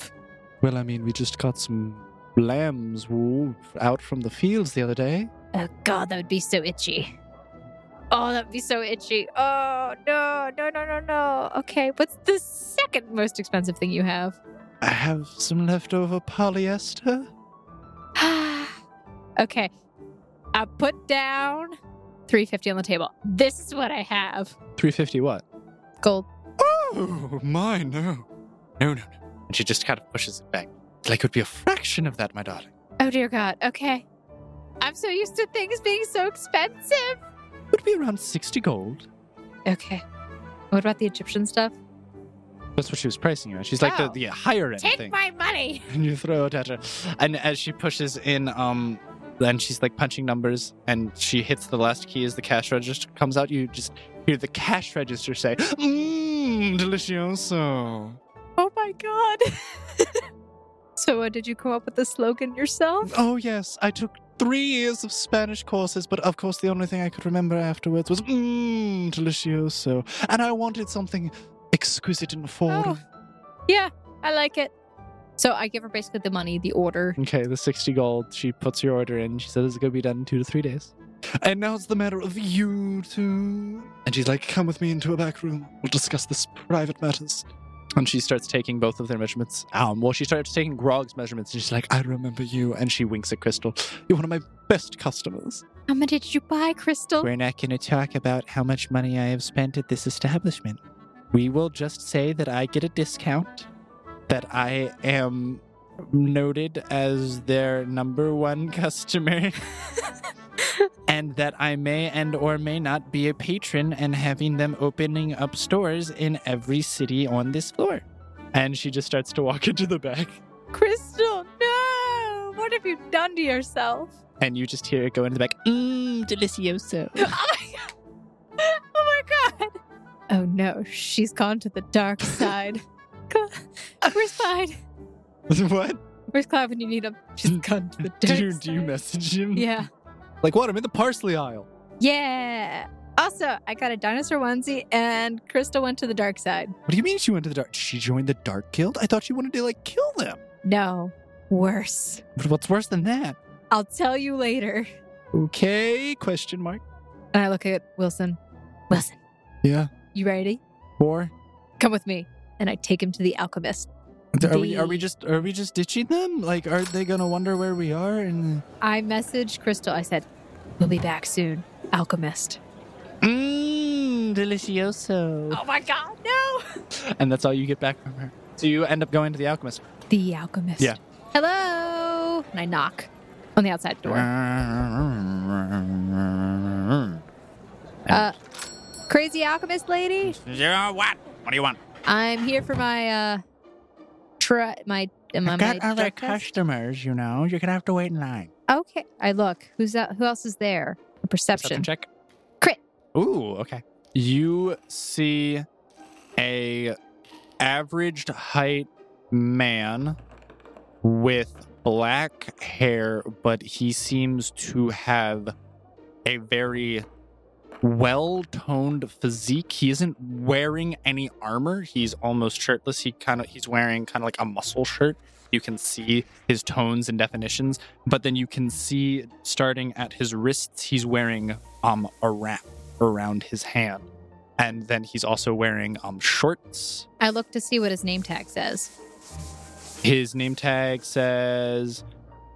[SPEAKER 5] Well, I mean, we just got some lamb's wool out from the fields the other day.
[SPEAKER 6] Oh God, that would be so itchy. Oh, that would be so itchy. Oh no, no, no, no, no. Okay, what's the second most expensive thing you have? (sighs)
[SPEAKER 5] I have some leftover polyester.
[SPEAKER 6] okay, I put down three fifty on the table. This is what I have.
[SPEAKER 5] 350 what?
[SPEAKER 6] Gold.
[SPEAKER 5] Oh, my, no. No, no, no. And she just kind of pushes it back. Like it would be a fraction of that, my darling.
[SPEAKER 6] Oh dear God. Okay, I'm so used to things being so expensive.
[SPEAKER 5] It would be around 60 gold.
[SPEAKER 6] Okay. What about the Egyptian stuff?
[SPEAKER 5] That's what she was pricing you at. She's like
[SPEAKER 6] Wow.
[SPEAKER 5] the, the higher end
[SPEAKER 6] Take
[SPEAKER 5] thing.
[SPEAKER 6] my money.
[SPEAKER 5] (laughs) and you throw it at her. And as she pushes in, um, then she's like punching numbers, and she hits the last key as the cash register comes out. You just hear the cash register say, "Mmm, delicioso."
[SPEAKER 6] Oh my god. (laughs) so, uh, did you come up with the slogan yourself?
[SPEAKER 5] Oh yes, I took three years of Spanish courses, but of course the only thing I could remember afterwards was "Mmm, delicioso," and I wanted something exquisite and foreign.
[SPEAKER 6] Oh. Yeah, I like it. So, I give her basically the money, the order.
[SPEAKER 5] Okay, the 60 gold. She puts your order in. She says it's going to be done in two to three days. And now it's the matter of you two. And she's like, come with me into a back room. We'll discuss this private matters. And she starts taking both of their measurements. Um, well, she starts taking Grog's measurements. And she's like, I remember you. And she winks at Crystal. You're one of my best customers.
[SPEAKER 6] How much did you buy, Crystal?
[SPEAKER 7] We're not going to talk about how much money I have spent at this establishment.
[SPEAKER 5] We will just say that I get a discount, that I am (laughs) noted as their number one customer. and that I may and or may not be a patron and having them opening up stores in every city on this floor. And she just starts to walk (laughs) into the back,
[SPEAKER 6] Crystal, no! What have you done to yourself?
[SPEAKER 5] and you just hear it go into the back. Mmm, delicioso.
[SPEAKER 6] (laughs) Oh my god! Oh my god! Oh no, she's gone to the (laughs) dark side. Co- Where's Clyde?
[SPEAKER 5] (laughs) what?
[SPEAKER 6] Where's Clyde when you
[SPEAKER 5] (laughs)
[SPEAKER 6] need him? She's gone to the dark
[SPEAKER 5] Do you, do you
[SPEAKER 6] side.
[SPEAKER 5] message him?
[SPEAKER 6] Yeah.
[SPEAKER 5] Like, what? I'm in the parsley aisle.
[SPEAKER 6] Yeah. Also, I got a dinosaur onesie and Crystal went to the dark side.
[SPEAKER 5] What do you mean she went to the dark? She joined the dark guild? I thought she wanted to, like, kill them.
[SPEAKER 6] No, worse.
[SPEAKER 5] But what's worse than that?
[SPEAKER 6] I'll tell you later.
[SPEAKER 5] Okay, question mark.
[SPEAKER 6] And I look at Wilson. Wilson.
[SPEAKER 5] Yeah.
[SPEAKER 6] You ready?
[SPEAKER 5] Four.
[SPEAKER 6] Come with me. And I take him to the alchemist.
[SPEAKER 5] Are we, are we
[SPEAKER 6] The-
[SPEAKER 5] just are we just ditching them? Like, are they gonna wonder where we are? And
[SPEAKER 6] I messaged Crystal. I said, We'll be back soon. Alchemist.
[SPEAKER 5] mmm, delicioso.
[SPEAKER 6] Oh my god, no!
[SPEAKER 5] And that's all you get back from her. So you end up going to the alchemist.
[SPEAKER 6] The alchemist.
[SPEAKER 5] Yeah.
[SPEAKER 6] Hello! And I knock on the outside door. Uh, crazy alchemist lady?
[SPEAKER 8] Yeah, what? What do you want?
[SPEAKER 6] I'm here for my, uh, tr- my, am I my checkers?
[SPEAKER 5] customers, you know. You're gonna have to wait in line.
[SPEAKER 6] Okay. I look. Who's that? Who else is there? A perception.
[SPEAKER 5] check.
[SPEAKER 6] Crit.
[SPEAKER 5] Ooh, okay. You see a averaged height man with black hair, but he seems to have a very well-toned physique. He isn't wearing any armor. He's almost shirtless. He kind of he's wearing kind of like a muscle shirt. You can see his tones and definitions, but then you can see starting at his wrists, he's wearing um a wrap around his hand. And then he's also wearing um shorts.
[SPEAKER 6] I look to see what his name tag says.
[SPEAKER 5] His name tag says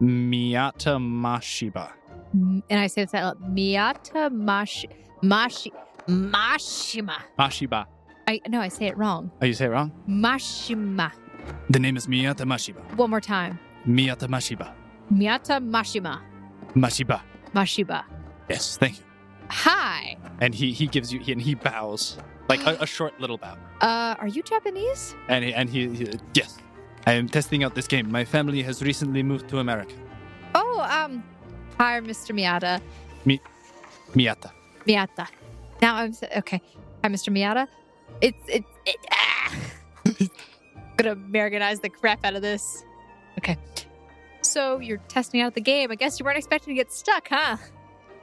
[SPEAKER 5] Miyata Mashiba.
[SPEAKER 6] M- And I say this out loud. Miyata Mashi, Mashi, Mashima.
[SPEAKER 5] Mashiba.
[SPEAKER 6] I, no, I say it wrong.
[SPEAKER 5] Oh, you say it wrong?
[SPEAKER 6] Mashima.
[SPEAKER 5] The name is Miyata Mashiba.
[SPEAKER 6] One more time.
[SPEAKER 5] Miyata Mashiba.
[SPEAKER 6] Miyata Mashima.
[SPEAKER 5] Mashiba.
[SPEAKER 6] Mashiba.
[SPEAKER 5] Yes, thank you.
[SPEAKER 6] Hi.
[SPEAKER 5] And he he gives you he, and he bows like a, a short little bow.
[SPEAKER 6] Uh, are you Japanese?
[SPEAKER 5] And he, and he, he yes, I am testing out this game. My family has recently moved to America.
[SPEAKER 6] Oh, um, hi, Mr. Miyata.
[SPEAKER 5] Miyata.
[SPEAKER 6] Miyata. Now I'm s- okay. Hi, Mr. Miyata. It's it's it, ah. (laughs) gonna Americanize the crap out of this. Okay. So you're testing out the game. I guess you weren't expecting to get stuck, huh?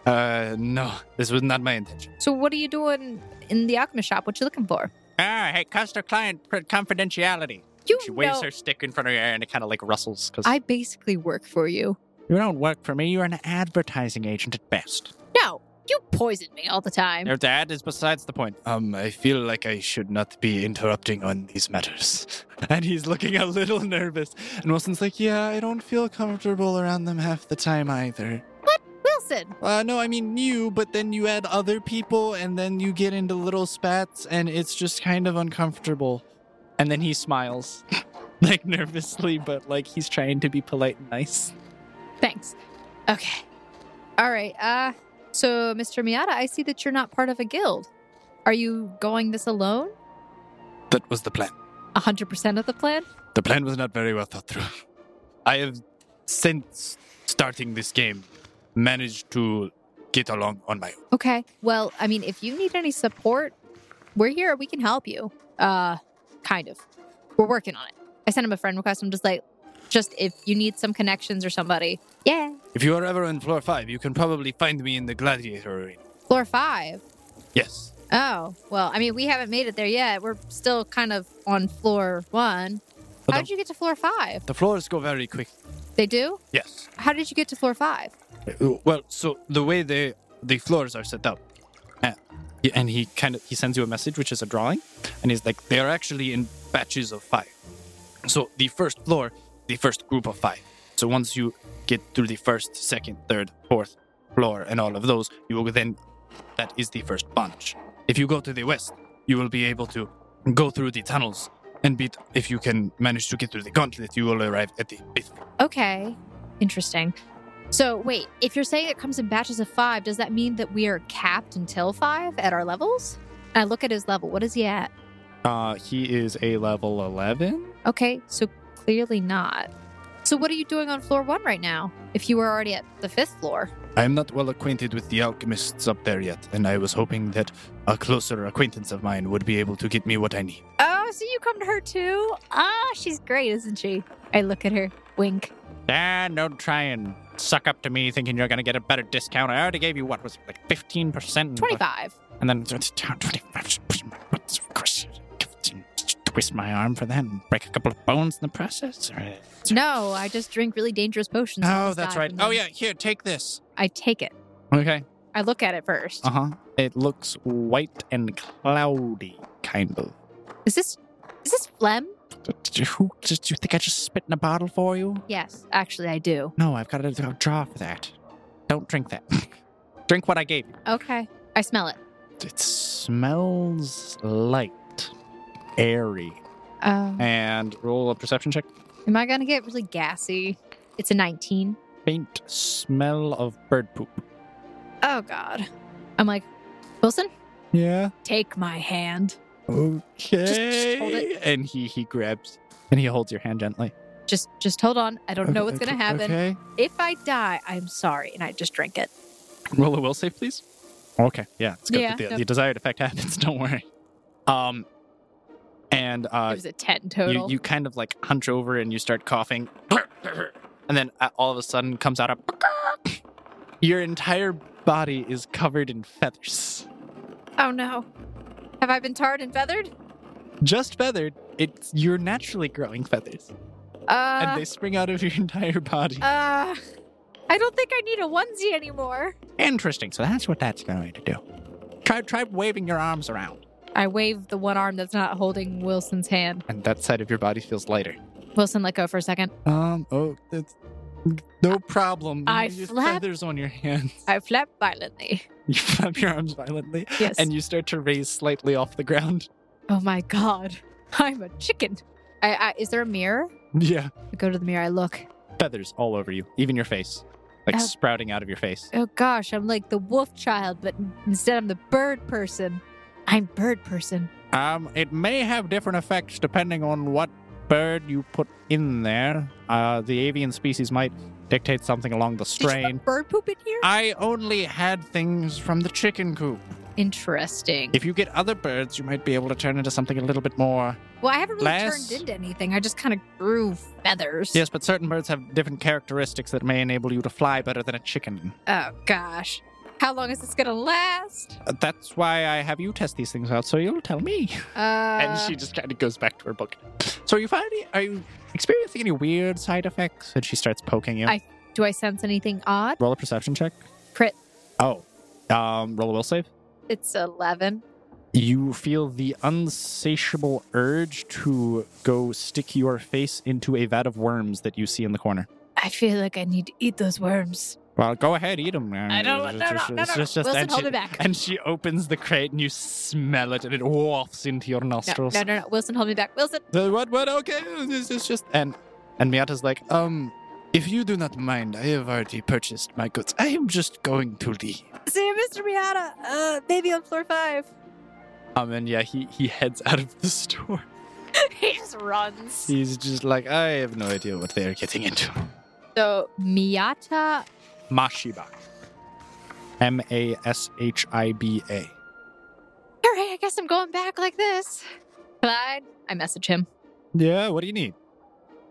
[SPEAKER 5] Uh, no, this was not my intention.
[SPEAKER 6] So what are you doing in the alchemist shop? What you looking for?
[SPEAKER 5] Ah, hey, customer client confidentiality.
[SPEAKER 6] You
[SPEAKER 5] She waves
[SPEAKER 6] know,
[SPEAKER 5] her stick in front of her and it kind of like rustles because
[SPEAKER 6] I basically work for you.
[SPEAKER 5] you don't work for me. You're an advertising agent at best.
[SPEAKER 6] No, you poison me all the time.
[SPEAKER 5] Your dad is besides the point. Um, I feel like I should not be interrupting on these matters. (laughs) And he's looking a little (laughs) nervous. And Wilson's like, yeah, I don't feel comfortable around them half the time either.
[SPEAKER 6] Wilson,
[SPEAKER 5] Uh, no, I mean you, but then you add other people, and then you get into little spats, and it's just kind of uncomfortable. And then he smiles, (laughs) like nervously, but like he's trying to be polite and nice.
[SPEAKER 6] thanks. Okay. All right. Uh, so Mr. Miyata, I see that you're not part of a guild. Are you going this alone?
[SPEAKER 5] That was the plan.
[SPEAKER 6] 100% of the plan?
[SPEAKER 5] The plan was not very well thought through. I have, since starting this game, managed to get along on my own.
[SPEAKER 6] Okay. Well, I mean, if you need any support, we're here. We can help you. Uh, kind of. We're working on it. I sent him a friend request. I'm just like, just if you need some connections or somebody. Yeah.
[SPEAKER 5] If you are ever on floor five, you can probably find me in the gladiator arena.
[SPEAKER 6] Floor five.
[SPEAKER 5] Yes.
[SPEAKER 6] Oh, well, I mean, we haven't made it there yet. We're still kind of on floor one.
[SPEAKER 5] But
[SPEAKER 6] How did you get to floor five?
[SPEAKER 5] The floors go very quick.
[SPEAKER 6] They do?
[SPEAKER 5] Yes.
[SPEAKER 6] How did you get to floor five?
[SPEAKER 5] Well, so the way the the floors are set up, uh, and he kind of he sends you a message, which is a drawing, and he's like, they are actually in batches of five. So the first floor, the first group of five. So once you get through the first, second, third, fourth floor, and all of those, you will then that is the first bunch. If you go to the west, you will be able to go through the tunnels and beat. If you can manage to get through the gauntlet, you will arrive at the fifth.
[SPEAKER 6] Okay. Interesting. So wait, if you're saying it comes in batches of five, does that mean that we are capped until five at our levels? I look at his level. What is he at?
[SPEAKER 5] Uh, he is a level 11.
[SPEAKER 6] Okay, so clearly not. So what are you doing on floor one right now? If you were already at the fifth floor,
[SPEAKER 7] I am not well acquainted with the alchemists up there yet, and I was hoping that a closer acquaintance of mine would be able to get me what I need.
[SPEAKER 6] Oh, so you come to her too? Ah, she's great, isn't she? I look at her, wink.
[SPEAKER 5] Ah, don't try and suck up to me thinking you're going to get a better discount. I already gave you, what was it, like 15%?
[SPEAKER 6] 25.
[SPEAKER 5] And then twist my arm for that and break a couple of bones in the process.
[SPEAKER 6] No, I just drink really dangerous potions.
[SPEAKER 7] Oh,
[SPEAKER 6] and
[SPEAKER 7] that's
[SPEAKER 6] die
[SPEAKER 7] right.
[SPEAKER 6] from
[SPEAKER 7] Oh,
[SPEAKER 6] them.
[SPEAKER 7] yeah, here, take this.
[SPEAKER 6] I take it.
[SPEAKER 5] Okay.
[SPEAKER 6] I look at it first.
[SPEAKER 5] Uh huh. It looks white and cloudy, kind of.
[SPEAKER 6] Is this is this phlegm?
[SPEAKER 5] Who, did you think I just spit in a bottle for you?
[SPEAKER 6] Yes, actually I do.
[SPEAKER 5] No, I've got a draw for that. Don't drink that. (laughs) drink what I gave you.
[SPEAKER 6] Okay. I smell it.
[SPEAKER 5] It smells light, airy.
[SPEAKER 6] Um,
[SPEAKER 5] And roll a perception check.
[SPEAKER 6] am I gonna get really gassy? It's a 19.
[SPEAKER 5] Faint smell of bird poop.
[SPEAKER 6] Oh god. I'm like, Wilson,
[SPEAKER 5] Yeah.
[SPEAKER 6] take my hand.
[SPEAKER 5] Okay.
[SPEAKER 6] hold it.
[SPEAKER 5] And he he grabs and he holds your hand gently.
[SPEAKER 6] Just just hold on. I don't know what's gonna happen.
[SPEAKER 5] Okay.
[SPEAKER 6] If I die, I'm sorry, and I just drink it.
[SPEAKER 5] Roll a will save, please. Okay. Yeah. It's good.
[SPEAKER 6] Yeah,
[SPEAKER 5] the,
[SPEAKER 6] no.
[SPEAKER 5] the desired effect happens. (laughs) Don't worry. Um, and
[SPEAKER 6] it
[SPEAKER 5] uh,
[SPEAKER 6] was a 10
[SPEAKER 5] you,
[SPEAKER 6] total.
[SPEAKER 5] you kind of like hunch over and you start coughing, and then uh, all of a sudden comes out a. (laughs) Your entire body is covered in feathers.
[SPEAKER 6] oh no. Have I been tarred and feathered?
[SPEAKER 5] Just feathered. It's you're naturally growing feathers,
[SPEAKER 6] Uh,
[SPEAKER 5] and they spring out of your (laughs) entire body.
[SPEAKER 6] uh, I don't think I need a onesie anymore.
[SPEAKER 5] Interesting. So that's what that's going to do. Try try waving your arms around,
[SPEAKER 6] I wave the one arm that's not holding Wilson's hand.
[SPEAKER 5] and that side of your body feels lighter.
[SPEAKER 6] Wilson, let go for a second.
[SPEAKER 5] Um. Oh, that's no problem.
[SPEAKER 6] I
[SPEAKER 5] You have
[SPEAKER 6] flap-
[SPEAKER 5] feathers on your hands. (laughs)
[SPEAKER 6] I flap violently.
[SPEAKER 5] You flap your arms violently,
[SPEAKER 6] Yes.
[SPEAKER 5] and you start to raise slightly off the ground. (laughs)
[SPEAKER 6] oh my god, (laughs) I'm a chicken. I, I, is there a mirror?
[SPEAKER 5] Yeah,
[SPEAKER 6] I go to the mirror. I look.
[SPEAKER 5] feathers all over you, even your face, like
[SPEAKER 6] Oh.
[SPEAKER 5] sprouting out of your face.
[SPEAKER 6] Oh gosh, I'm like the wolf child, but instead I'm the bird person. I'm bird person.
[SPEAKER 5] Um, it may have different effects depending on what bird you put in there. Uh, the avian species might dictate something along the
[SPEAKER 6] Did you
[SPEAKER 5] strain.
[SPEAKER 6] put bird poop in here?
[SPEAKER 5] I only had things from the chicken coop.
[SPEAKER 6] Interesting.
[SPEAKER 5] If you get other birds, you might be able to turn into something a little bit more
[SPEAKER 6] Well, I haven't really
[SPEAKER 5] Last-
[SPEAKER 6] turned into anything. I just kind of grew feathers.
[SPEAKER 5] Yes, but certain birds have different characteristics that may enable you to fly better than a chicken.
[SPEAKER 6] Oh gosh. How long is this gonna last?
[SPEAKER 5] Uh, That's why I have you test these things out, so you'll tell me.
[SPEAKER 6] Uh,
[SPEAKER 5] and she just kind of goes back to her book. So are you finding? Are you experiencing any weird side effects? And she starts poking you.
[SPEAKER 6] I- do I sense anything odd?
[SPEAKER 5] Roll a perception check.
[SPEAKER 6] Crit.
[SPEAKER 5] Oh, um, roll a will save.
[SPEAKER 6] It's eleven.
[SPEAKER 5] You feel the unsatiable urge to go stick your face into a vat of worms that you see in the corner.
[SPEAKER 6] I feel like I need to eat those worms.
[SPEAKER 5] Well, go ahead, eat them.
[SPEAKER 6] I don't. No, no, no, no, no. Wilson,
[SPEAKER 5] and
[SPEAKER 6] hold
[SPEAKER 5] she-
[SPEAKER 6] it back.
[SPEAKER 5] (laughs) And she opens the crate and you smell it and it wafts into your
[SPEAKER 6] No,
[SPEAKER 5] nostrils.
[SPEAKER 6] no, no, no. Wilson, hold me back. Wilson.
[SPEAKER 5] The- What, what, okay, this is just. And, and Miata's like, um,
[SPEAKER 7] If you do not mind, I have already purchased my goods. I am just going to leave.
[SPEAKER 6] See you, Mr. Miata. Uh, maybe on floor five.
[SPEAKER 5] um, and yeah, he, he heads out of the (laughs) store.
[SPEAKER 6] (laughs) he just runs.
[SPEAKER 7] He's just like, I have no idea what they are getting into.
[SPEAKER 6] So Miata.
[SPEAKER 5] Mashiba. M A S H I B A.
[SPEAKER 6] All right, I guess I'm going back like this. Clyde, I message him.
[SPEAKER 5] Yeah, what do you need?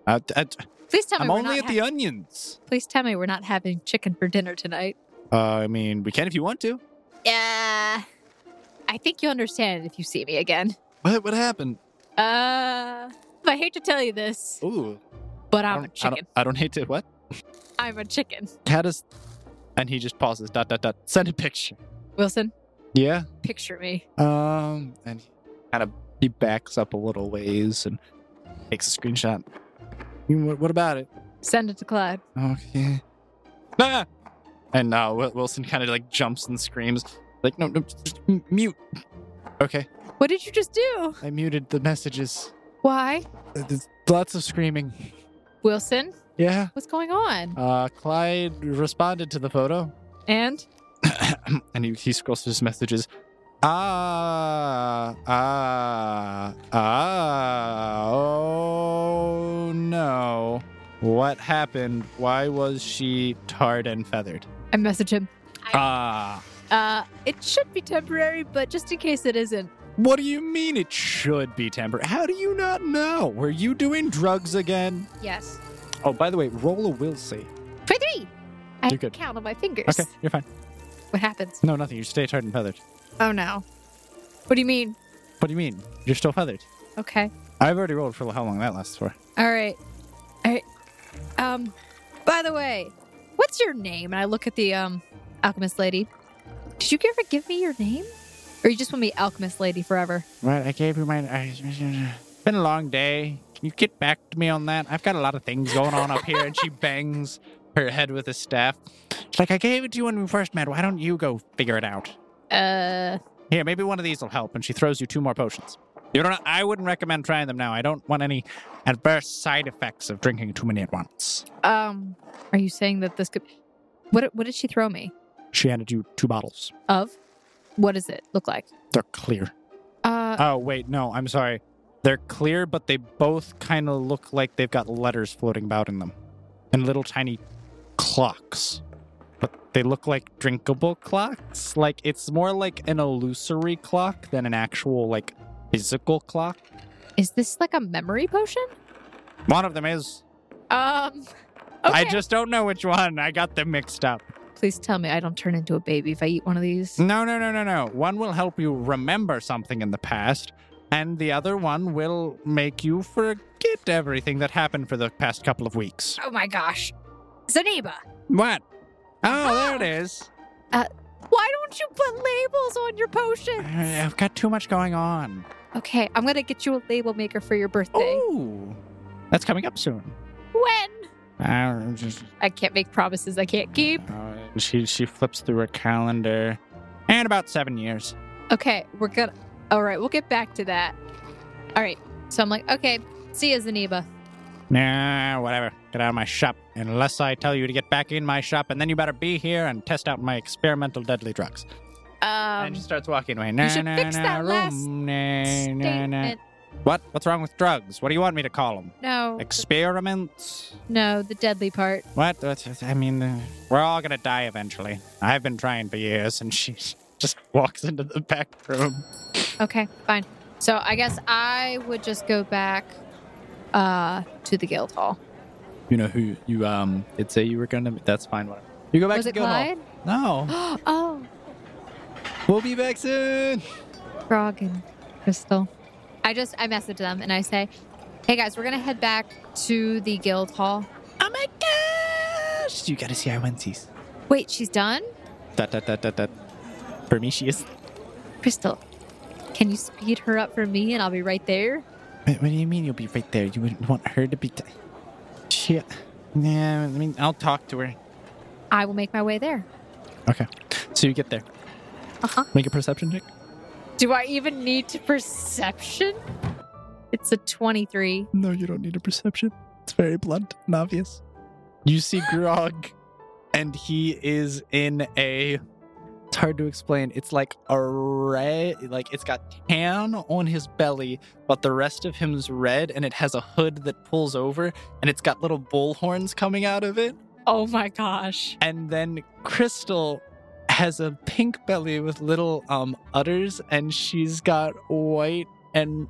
[SPEAKER 5] Uh, t- uh, t-
[SPEAKER 6] Please tell me
[SPEAKER 5] I'm
[SPEAKER 6] we're
[SPEAKER 5] only
[SPEAKER 6] not
[SPEAKER 5] at the onions.
[SPEAKER 6] Please tell me we're not having chicken for dinner tonight.
[SPEAKER 5] Uh, I mean, we can if you want to.
[SPEAKER 6] Yeah. I think you understand if you see me again.
[SPEAKER 7] What, what happened?
[SPEAKER 6] Uh, I hate to tell you this,
[SPEAKER 5] Ooh,
[SPEAKER 6] but
[SPEAKER 5] I
[SPEAKER 6] I'm a
[SPEAKER 5] don't, I,
[SPEAKER 6] chicken.
[SPEAKER 5] don't, I don't hate to what?
[SPEAKER 6] I'm a chicken.
[SPEAKER 5] How does? And he just pauses. Dot dot dot. Send a picture.
[SPEAKER 6] Wilson,
[SPEAKER 5] Yeah.
[SPEAKER 6] picture me.
[SPEAKER 5] Um. And he kind of he backs up a little ways and takes a screenshot. You- What, what about it?
[SPEAKER 6] Send it to Clyde.
[SPEAKER 5] Okay. Ah! And now Wil Wilson kind of like jumps and screams, like no no just m- mute. Okay,
[SPEAKER 6] What did you just do?
[SPEAKER 5] I muted the messages.
[SPEAKER 6] Why?
[SPEAKER 5] Uh, There's lots of screaming.
[SPEAKER 6] Wilson,
[SPEAKER 5] Yeah.
[SPEAKER 6] What's going on?
[SPEAKER 5] Uh, Clyde responded to the photo,
[SPEAKER 6] And
[SPEAKER 5] (coughs) and he, he scrolls through his messages. Ah, ah, ah. Oh no. What happened? Why was she tarred and feathered?
[SPEAKER 6] I message him.
[SPEAKER 5] Ah.
[SPEAKER 6] Uh, it should be temporary, but just in case it isn't,
[SPEAKER 5] What do you mean it should be temper? How do you not know? Were you doing drugs again?
[SPEAKER 6] yes.
[SPEAKER 5] Oh, by the way, roll a will save.
[SPEAKER 6] Twenty-three. I
[SPEAKER 5] You're
[SPEAKER 6] can
[SPEAKER 5] good.
[SPEAKER 6] count on my fingers.
[SPEAKER 5] Okay, you're fine.
[SPEAKER 6] What happens?
[SPEAKER 5] No, nothing. You stay tarred and feathered.
[SPEAKER 6] Oh no. What do you mean?
[SPEAKER 5] What do you mean? You're still feathered.
[SPEAKER 6] Okay.
[SPEAKER 5] I've already rolled for how long that lasts for.
[SPEAKER 6] All right. All right. Um. By the way, what's your name? And I look at the um alchemist lady. Did you ever give me your name, or you just want me alchemist lady forever?
[SPEAKER 5] Right, I gave you my. I, it's been a long day. Can you get back to me on that? I've got a lot of things going on up here, and she bangs her head with a staff. It's like I gave it to you when we first met. Why don't you go figure it out?
[SPEAKER 6] Uh.
[SPEAKER 5] Here, maybe one of these will help. And she throws you two more potions. You don't. I wouldn't recommend trying them now. I don't want any adverse side effects of drinking too many at once.
[SPEAKER 6] Um. Are you saying that this could? What? What did she throw me?
[SPEAKER 5] She handed you two bottles.
[SPEAKER 6] Of? What does it look like?
[SPEAKER 5] They're clear.
[SPEAKER 6] Uh.
[SPEAKER 5] Oh wait, no. I'm sorry. They're clear, but they both kind of look like they've got letters floating about in them, and little tiny clocks. But they look like drinkable clocks. Like it's more like an illusory clock than an actual like physical clock.
[SPEAKER 6] Is this like a memory potion?
[SPEAKER 5] One of them is.
[SPEAKER 6] Um.
[SPEAKER 5] I just don't know which one. I got them mixed up.
[SPEAKER 6] Please tell me I don't turn into a baby if I eat one of these.
[SPEAKER 5] No, no, no, no, no. One will help you remember something in the past, and the other one will make you forget everything that happened for the past couple of weeks.
[SPEAKER 6] Oh my gosh. Zaniba,
[SPEAKER 5] What? Oh, there it is.
[SPEAKER 6] why don't you put labels on your potion?
[SPEAKER 5] I- I've got too much going on.
[SPEAKER 6] Okay, I'm gonna get you a label maker for your birthday.
[SPEAKER 5] Ooh. That's coming up soon.
[SPEAKER 6] When?
[SPEAKER 5] Uh, just-
[SPEAKER 6] I can't make promises I can't keep.
[SPEAKER 5] uh, she she flips through her calendar. And about seven years.
[SPEAKER 6] Okay, we're gonna. All right, we'll get back to that. All right, so I'm like, okay, see ya, Zaniba.
[SPEAKER 5] Nah, whatever. Get out of my shop. Unless I tell you to get back in my shop, and then you better be here and test out my experimental deadly drugs.
[SPEAKER 6] Um,
[SPEAKER 5] and she starts walking away.
[SPEAKER 6] should
[SPEAKER 5] Nah,
[SPEAKER 6] fix
[SPEAKER 5] nah,
[SPEAKER 6] that
[SPEAKER 5] nah,
[SPEAKER 6] last
[SPEAKER 5] room, nah, nah, nah.
[SPEAKER 6] statement.
[SPEAKER 5] What? What's wrong with drugs? What do you want me to call them?
[SPEAKER 6] No,
[SPEAKER 5] Experiments?
[SPEAKER 6] no, the deadly part.
[SPEAKER 5] What? What? I mean, uh, we're all gonna die eventually. I've been trying for years, and she (laughs) just walks into the back room.
[SPEAKER 6] Okay, fine. So I guess I would just go back uh to the guild hall.
[SPEAKER 5] You know who you um did say you were gonna? That's fine. Whatever. You go back
[SPEAKER 6] Was
[SPEAKER 5] to
[SPEAKER 6] it
[SPEAKER 5] Guildhall.
[SPEAKER 6] Clyde? (gasps)
[SPEAKER 5] No,
[SPEAKER 6] oh,
[SPEAKER 5] we'll be back soon.
[SPEAKER 6] Grog and Crystal. I just I message them and I say, "Hey guys, we're gonna head back to the guild hall."
[SPEAKER 5] Oh my gosh! You gotta see our onesies.
[SPEAKER 6] Wait, she's done.
[SPEAKER 5] Dot dot dot dot dot. For me, she is.
[SPEAKER 6] Crystal, can you speed her up for me and I'll be right there?
[SPEAKER 5] What, what do you mean you'll be right there? You wouldn't want her to be. T- she. Nah, I mean, I'll talk to her.
[SPEAKER 6] I will make my way there.
[SPEAKER 5] Okay. So you get there.
[SPEAKER 6] Uh-huh.
[SPEAKER 5] Make a perception check.
[SPEAKER 6] Do I even need to perception? It's a twenty-three.
[SPEAKER 5] No, you don't need a perception. It's very blunt and obvious. You see Grog, and he is in a. It's hard to explain. It's like a red, like it's got tan on his belly, but the rest of him's red, and it has a hood that pulls over, and it's got little bull horns coming out of it.
[SPEAKER 6] Oh my gosh!
[SPEAKER 5] and then Crystal has a pink belly with little um udders, and she's got white and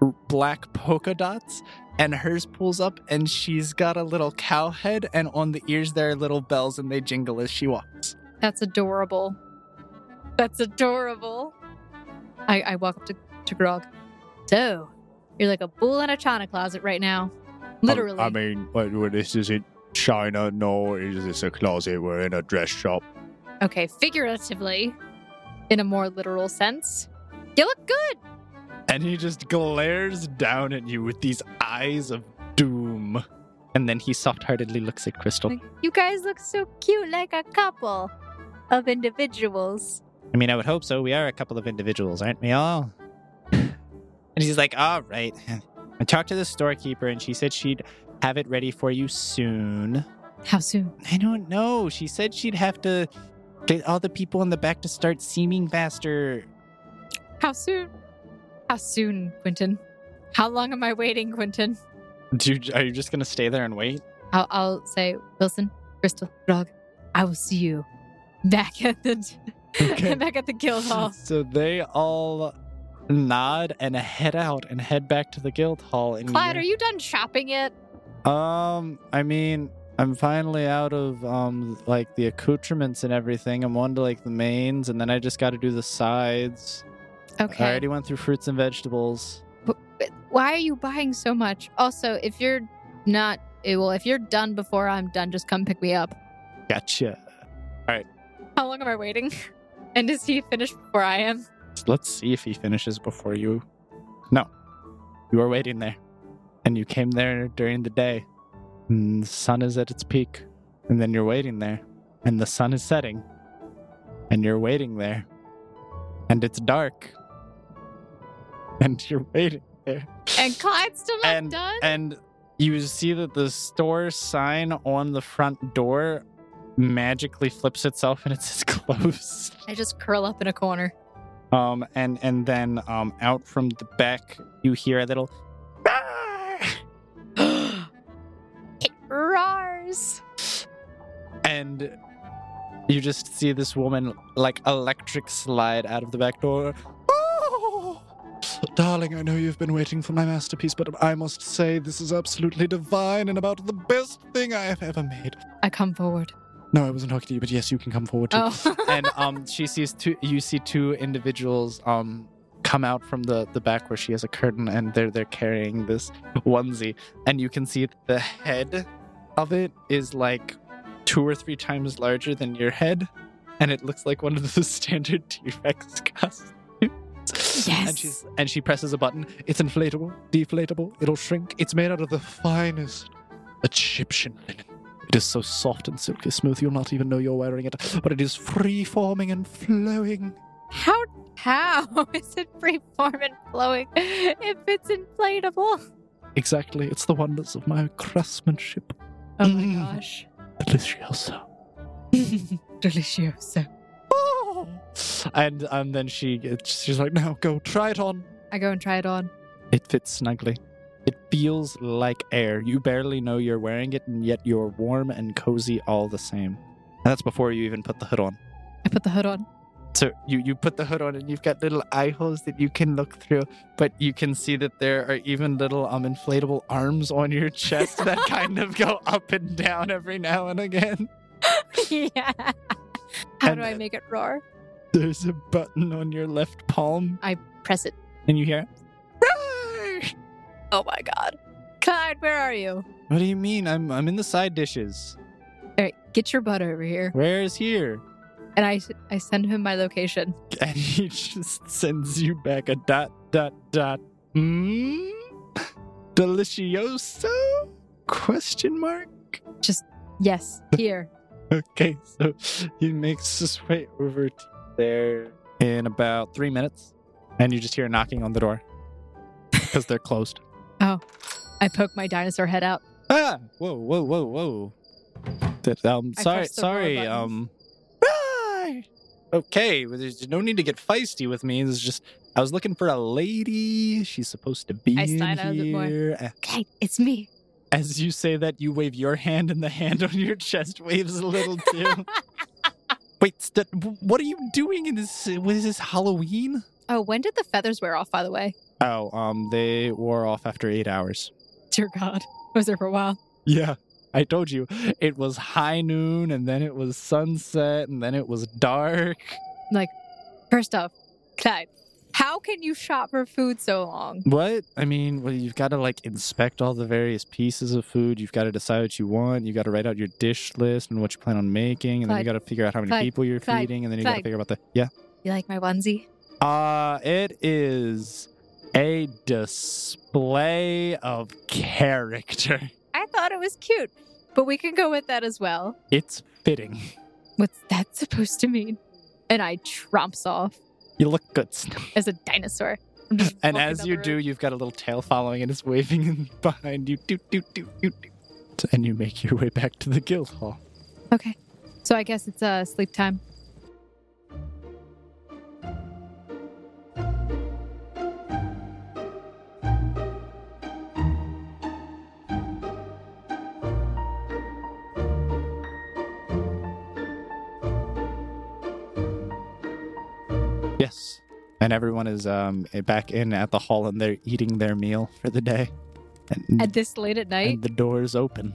[SPEAKER 5] r- black polka dots. And hers pulls up, and she's got a little cow head, and on the ears there are little bells, and they jingle as she walks.
[SPEAKER 6] That's adorable. That's adorable. I, I walk up to, to Grog. So, you're like a bull in a china closet right now. Literally.
[SPEAKER 1] I, I mean, wait, well, this isn't China, nor is this a closet. We're in a dress shop.
[SPEAKER 6] okay, figuratively, in a more literal sense. You look good.
[SPEAKER 5] And he just glares down at you with these eyes of doom. And then he soft-heartedly looks at Crystal.
[SPEAKER 6] Like, you guys look so cute, like a couple of individuals.
[SPEAKER 5] I mean, I would (sighs) hope so. We are a couple of individuals, aren't we all? and she's like, all right. I talked to the storekeeper and she said she'd have it ready for you soon.
[SPEAKER 6] How soon?
[SPEAKER 5] I don't know. She said she'd have to get all the people in the back to start seeming faster.
[SPEAKER 6] How soon? How soon, Quentin? How long am I waiting, Quentin?
[SPEAKER 5] Dude, are you just gonna stay there and wait?
[SPEAKER 6] I'll, I'll say, Wilson, Crystal, Dog, I will see you back at the (laughs)
[SPEAKER 5] Okay.
[SPEAKER 6] back at the guild
[SPEAKER 5] (laughs)
[SPEAKER 6] hall.
[SPEAKER 5] So they all nod and head out and head back to the guild hall. And
[SPEAKER 6] Clyde, are you done shopping yet?
[SPEAKER 5] Um, I mean, I'm finally out of um like the accoutrements and everything. I'm on to like the mains, and then I just got to do the sides.
[SPEAKER 6] Okay.
[SPEAKER 5] I already went through fruits and vegetables.
[SPEAKER 6] But why are you buying so much? Also, if you're not, eh, well, if you're done before I'm done, just come pick me up.
[SPEAKER 5] Gotcha.
[SPEAKER 6] How long am I waiting? (laughs) And is he finished before I am?
[SPEAKER 5] Let's see if he finishes before you. No, you were waiting there, and you came there during the day. And the sun is at its peak, and then you're waiting there, and the sun is setting, and you're waiting there, and it's dark, and (laughs) you're waiting there.
[SPEAKER 6] And Clyde's still not
[SPEAKER 5] And-
[SPEAKER 6] done?
[SPEAKER 5] and you see that the store sign on the front door magically flips itself and (laughs) it says closed.
[SPEAKER 6] I just curl up in a
[SPEAKER 5] (gasps)
[SPEAKER 6] corner.
[SPEAKER 5] Um, and and then um, out from the back you hear a little "Ah!"
[SPEAKER 6] It roars.
[SPEAKER 5] and you just see this woman like electric slide out of the back door.
[SPEAKER 7] Oh, darling, I know you've been waiting for my masterpiece, but I must say this is absolutely divine and about the best thing I have ever made.
[SPEAKER 6] I come forward.
[SPEAKER 7] No, I wasn't talking to you, but yes, you can come forward too.
[SPEAKER 6] (laughs) Oh.
[SPEAKER 5] and um, she sees two. You see two individuals um come out from the the back where she has a curtain, and they're they're carrying this onesie, and you can see the head of it is like two or three times larger than your head, and it looks like one of the (laughs) standard T Rex costumes.
[SPEAKER 6] Yes.
[SPEAKER 5] And she's and she presses a button.
[SPEAKER 7] It's inflatable, deflatable, it'll shrink. It's made out of the finest Egyptian linen. It is so soft and silky smooth, you'll not even know you're wearing it, but it is free forming and flowing.
[SPEAKER 6] How how (laughs) is it freeform and flowing if it's inflatable?
[SPEAKER 7] Exactly, it's the wonders of my craftsmanship.
[SPEAKER 6] (laughs) Oh
[SPEAKER 7] Mm.
[SPEAKER 6] my gosh.
[SPEAKER 7] Delicioso.
[SPEAKER 6] Delicioso.
[SPEAKER 7] Oh!
[SPEAKER 5] And and then she
[SPEAKER 7] She's like, now go try it on.
[SPEAKER 6] I go and try it on.
[SPEAKER 5] It fits snugly. It feels like air. You barely know you're wearing it, and yet you're warm and cozy all the same. And that's before you even put the hood on.
[SPEAKER 6] I put the hood on.
[SPEAKER 5] So you, you put the hood on, and you've got little eye holes that you can look through, but you can see that there are even little um inflatable arms on your chest that kind of go up and down every now and again.
[SPEAKER 6] (laughs) yeah. How
[SPEAKER 5] And-
[SPEAKER 6] do I make it roar?
[SPEAKER 5] There's a button on your left palm,
[SPEAKER 6] Press it.
[SPEAKER 5] and you hear.
[SPEAKER 6] Oh my god. Clyde, where are you?
[SPEAKER 5] What do you mean? I'm I'm in the side dishes.
[SPEAKER 6] All right, get your butt over here.
[SPEAKER 5] Where is here? (laughs)
[SPEAKER 6] And I I send him my location.
[SPEAKER 5] and he just sends you back a dot dot dot mm, (laughs) delicioso question mark
[SPEAKER 6] Yes, here.
[SPEAKER 5] (laughs) okay so he makes his way over to there in about three minutes and you just hear a knocking on the door because they're
[SPEAKER 6] (laughs)
[SPEAKER 5] closed
[SPEAKER 6] Oh. I poke my dinosaur head out.
[SPEAKER 5] ah whoa whoa whoa whoa That- um
[SPEAKER 6] I
[SPEAKER 5] sorry
[SPEAKER 6] pressed the wrong
[SPEAKER 5] sorry
[SPEAKER 6] buttons.
[SPEAKER 5] um ah! okay well, there's no need to get feisty with me it's just i was looking for a lady she's supposed to be
[SPEAKER 6] I
[SPEAKER 5] in
[SPEAKER 6] sighed out a bit more.
[SPEAKER 5] here Ah.
[SPEAKER 6] Okay, it's me.
[SPEAKER 5] As you say that, you wave your hand, and the hand (laughs) on your chest waves a little (laughs) too. Wait, st- what are you doing in this? What is this Halloween?
[SPEAKER 6] Oh, when did the feathers wear off, by the way?
[SPEAKER 5] Oh, um, they wore off after eight hours.
[SPEAKER 6] Dear God. I was there for a while.
[SPEAKER 5] Yeah, I told you it was high noon, and then it was sunset, and then it was dark.
[SPEAKER 6] First off, Clyde, how can you shop for food so long?
[SPEAKER 5] What? I mean, well, you've got to like inspect all the various pieces of food. You've got to decide what you want. You've got to write out your dish list and what you plan on making, and then you got
[SPEAKER 6] Clyde,
[SPEAKER 5] to figure out how many
[SPEAKER 6] Clyde,
[SPEAKER 5] people you're
[SPEAKER 6] Clyde,
[SPEAKER 5] feeding, and then you got to
[SPEAKER 6] Clyde.
[SPEAKER 5] figure out the yeah.
[SPEAKER 6] You like my onesie?
[SPEAKER 5] Uh, it is a display of character. (laughs)
[SPEAKER 6] I thought it was cute, but we can go with that as well.
[SPEAKER 5] It's fitting.
[SPEAKER 6] What's that supposed to mean? And I tromps off
[SPEAKER 5] You look good. Snoop.
[SPEAKER 6] as a dinosaur.
[SPEAKER 5] And
[SPEAKER 6] walking
[SPEAKER 5] as
[SPEAKER 6] down
[SPEAKER 5] you
[SPEAKER 6] the
[SPEAKER 5] do,
[SPEAKER 6] road.
[SPEAKER 5] you've got a little tail following and it's waving (laughs) in behind you. Doot, doot, doot, doot, doot. And you make your way back to the guild hall.
[SPEAKER 6] Okay. So I guess it's uh, sleep time.
[SPEAKER 5] Yes. And everyone is um, back in at the hall and they're eating their meal for the day. And,
[SPEAKER 6] At this late at night?
[SPEAKER 5] and the doors open.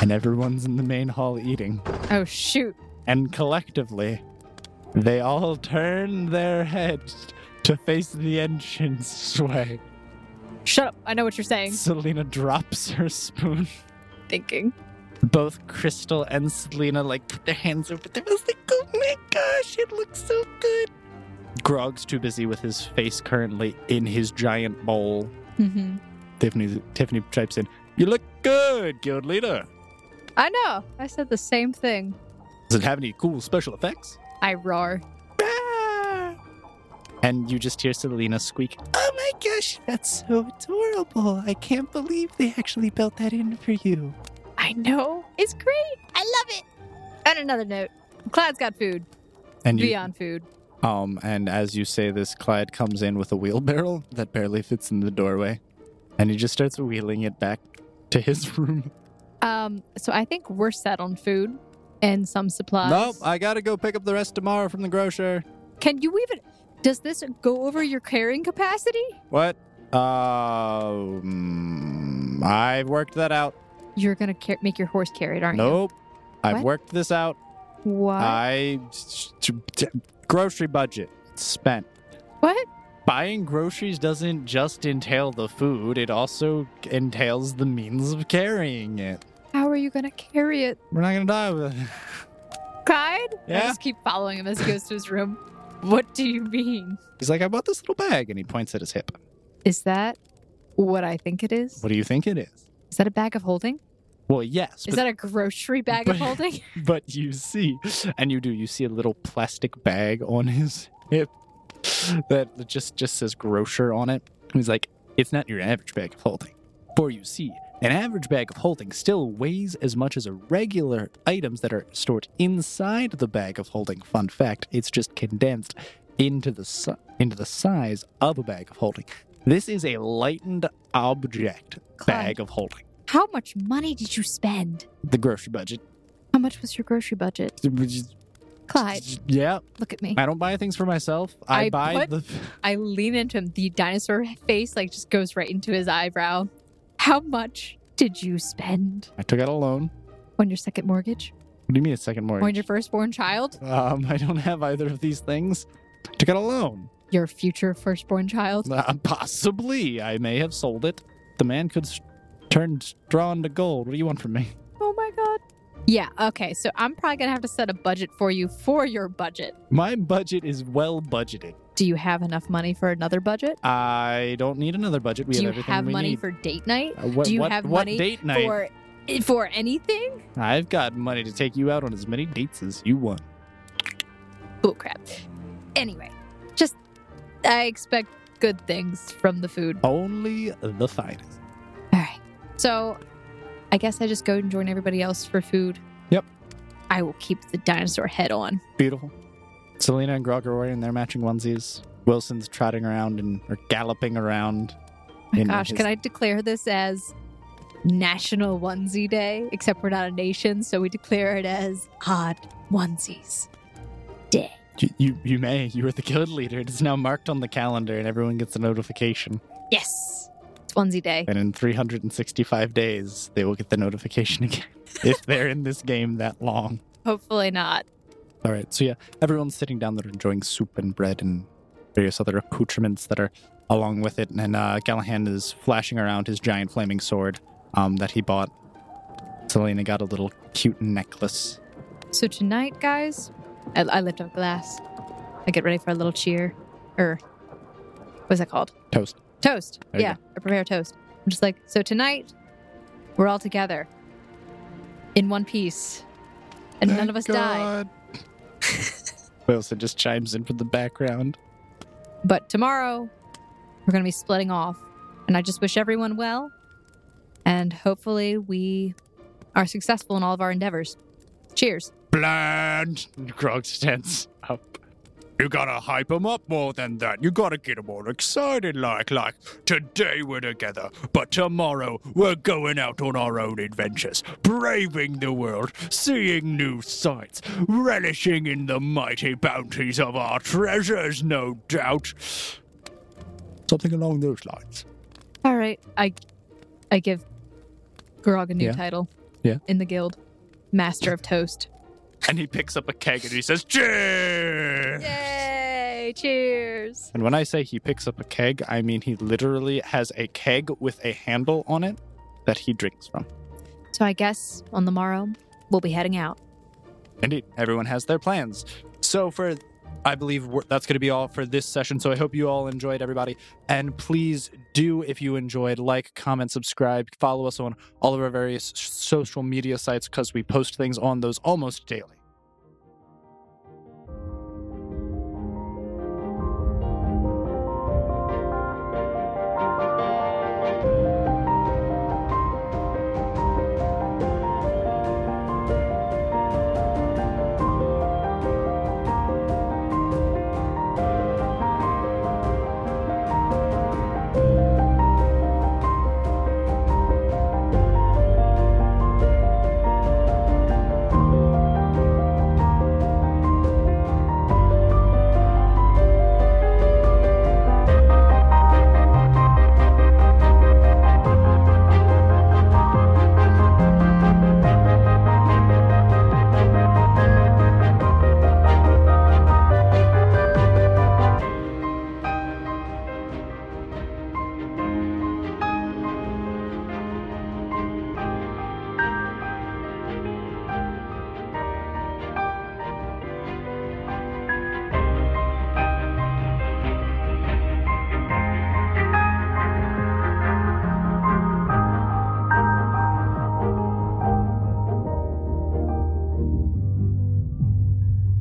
[SPEAKER 5] And everyone's in the main hall eating.
[SPEAKER 6] Oh, shoot.
[SPEAKER 5] And collectively, they all turn their heads to face the entrance way.
[SPEAKER 6] Shut up. I know what you're saying.
[SPEAKER 5] Selena drops her spoon.
[SPEAKER 6] Thinking.
[SPEAKER 5] both Crystal and Selena like put their hands over their mouths like, oh my gosh, it looks so good. Grog's too busy with his face currently in his giant bowl.
[SPEAKER 6] Mm-hmm.
[SPEAKER 5] Tiffany Tiffany types in, You look good, guild leader.
[SPEAKER 6] I know. I said the same thing.
[SPEAKER 5] Does it have any cool special effects?
[SPEAKER 6] I roar.
[SPEAKER 5] Ah! And you just hear Selena squeak, Oh my gosh, that's so adorable. I can't believe they actually built that in for you.
[SPEAKER 6] I know. It's great. I love it. On another note, Clyde's got food.
[SPEAKER 5] And you
[SPEAKER 6] Beyond food.
[SPEAKER 5] Um, and as you say this, Clyde comes in with a wheelbarrow that barely fits in the doorway, and he just starts wheeling it back to his (laughs) room.
[SPEAKER 6] Um, so I think we're set on food and some supplies.
[SPEAKER 5] I gotta go pick up the rest tomorrow from the grocer.
[SPEAKER 6] Can you even does this go over your carrying capacity?
[SPEAKER 5] What? Um, I've worked that out.
[SPEAKER 6] You're gonna car- make your horse carry it, aren't
[SPEAKER 5] Nope, I've
[SPEAKER 6] What?
[SPEAKER 5] worked this out.
[SPEAKER 6] you? What?
[SPEAKER 5] I grocery budget spent.
[SPEAKER 6] what?
[SPEAKER 5] Buying groceries doesn't just entail the food; it also entails the means of carrying it.
[SPEAKER 6] How are you gonna carry it,
[SPEAKER 5] We're not gonna die with it.
[SPEAKER 6] Clyde? I
[SPEAKER 5] Yeah?
[SPEAKER 6] just keep following him as he goes to his room. What do you mean?
[SPEAKER 5] He's like, I bought this little bag, and he points at his hip.
[SPEAKER 6] Is that what I think it is?
[SPEAKER 5] What do you think it is?
[SPEAKER 6] Is that a bag of holding?
[SPEAKER 5] Well, yes,
[SPEAKER 6] Is
[SPEAKER 5] but,
[SPEAKER 6] that a grocery bag of
[SPEAKER 5] (laughs) but-
[SPEAKER 6] holding?
[SPEAKER 5] but you see, and you do, you see a little plastic bag on his hip that just just says grocer on it. And He's like, it's not your average bag of holding. For you see, an average bag of holding still weighs as much as a regular items that are stored inside the bag of holding. Fun fact: it's just condensed into the si- into the size of a bag of holding. This is a lightened object bag of holding.
[SPEAKER 6] How much money did you spend?
[SPEAKER 5] The grocery budget.
[SPEAKER 6] How much was your grocery budget? Clyde,
[SPEAKER 5] Yeah,
[SPEAKER 6] look at me.
[SPEAKER 5] I don't buy things for myself. I,
[SPEAKER 6] I
[SPEAKER 5] buy
[SPEAKER 6] put-
[SPEAKER 5] the. (laughs)
[SPEAKER 6] I lean into him. The dinosaur face like just goes right into his eyebrow. How much did you spend
[SPEAKER 5] I took out a loan.
[SPEAKER 6] on your second mortgage?
[SPEAKER 5] What do you mean a second
[SPEAKER 6] Or on
[SPEAKER 5] mortgage?
[SPEAKER 6] your firstborn child?
[SPEAKER 5] Um, (laughs) I don't have either of these things. I took out a loan.
[SPEAKER 6] Your future firstborn child?
[SPEAKER 5] Uh, possibly, I may have sold it. The man could s turn straw into gold. What do you want from me? (laughs)
[SPEAKER 6] Oh my god. Yeah, okay. So I'm probably going to have to set a budget for you for your budget.
[SPEAKER 5] My budget is well budgeted.
[SPEAKER 6] Do you have enough money for another budget?
[SPEAKER 5] I don't need another budget. We
[SPEAKER 6] Do
[SPEAKER 5] have
[SPEAKER 6] you
[SPEAKER 5] everything
[SPEAKER 6] have
[SPEAKER 5] we
[SPEAKER 6] money
[SPEAKER 5] need.
[SPEAKER 6] for date night?
[SPEAKER 5] Uh, what,
[SPEAKER 6] do you
[SPEAKER 5] what-
[SPEAKER 6] have
[SPEAKER 5] what
[SPEAKER 6] money
[SPEAKER 5] date night?
[SPEAKER 6] For for anything?
[SPEAKER 5] I've got money to take you out on as many dates as you want.
[SPEAKER 6] Bull crap. Anyway, just I expect good things from the food.
[SPEAKER 5] Only the finest.
[SPEAKER 6] All right. So I guess I just go and join everybody else for food.
[SPEAKER 5] Yep.
[SPEAKER 6] I will keep the dinosaur head on.
[SPEAKER 5] Beautiful. Selena and Grog are wearing their matching onesies. Wilson's trotting around and or galloping around.
[SPEAKER 6] My
[SPEAKER 5] in
[SPEAKER 6] gosh,
[SPEAKER 5] his-
[SPEAKER 6] can I declare this as National Onesie Day? Except we're not a nation, so we declare it as Odd Onesies.
[SPEAKER 5] You, you, you may. You are the guild leader. It is now marked on the calendar, and everyone gets a notification.
[SPEAKER 6] Yes. It's Onesie Day.
[SPEAKER 5] And in 365 days, they will get the notification (laughs) again if they're in this game that long.
[SPEAKER 6] Hopefully not.
[SPEAKER 5] All right. So yeah, everyone's sitting down. They're enjoying soup and bread and various other accoutrements that are along with it. And uh, Gallahan is flashing around his giant flaming sword um, that he bought. Selena got a little cute necklace.
[SPEAKER 6] So tonight, guys, I, I lift up a glass. I get ready for a little cheer. Or what's that called?
[SPEAKER 5] Toast.
[SPEAKER 6] Toast.
[SPEAKER 5] There you
[SPEAKER 6] yeah, I prepare toast. I'm just like, so tonight we're all together in one piece, and none of us die.
[SPEAKER 5] (laughs) Wilson just chimes in from the background.
[SPEAKER 6] But tomorrow We're going to be splitting off. And I just wish everyone well. And hopefully we are successful in all of our endeavors. Cheers.
[SPEAKER 1] Bland! Grog stands up. You gotta hype 'em up more than that. You gotta get 'em all excited, like, like, today we're together, but tomorrow we're going out on our own adventures, braving the world, seeing new sights, relishing in the mighty bounties of our treasures, no doubt. Something along those lines.
[SPEAKER 6] All right. I I give Grog a new
[SPEAKER 5] Yeah.
[SPEAKER 6] title.
[SPEAKER 5] Yeah.
[SPEAKER 6] In the guild. Master of Toast.
[SPEAKER 5] And he picks up a keg and he says,
[SPEAKER 1] Cheers!
[SPEAKER 6] Yay! Cheers.
[SPEAKER 5] And when I say he picks up a keg, I mean he literally has a keg with a handle on it that he drinks from.
[SPEAKER 6] So I guess on the morrow we'll be heading out.
[SPEAKER 5] Indeed, everyone has their plans. So for I believe we're- that's going to be all for this session. So I hope you all enjoyed everybody and please do if you enjoyed like, comment, subscribe, follow us on all of our various s- social media sites cuz we post things on those almost daily.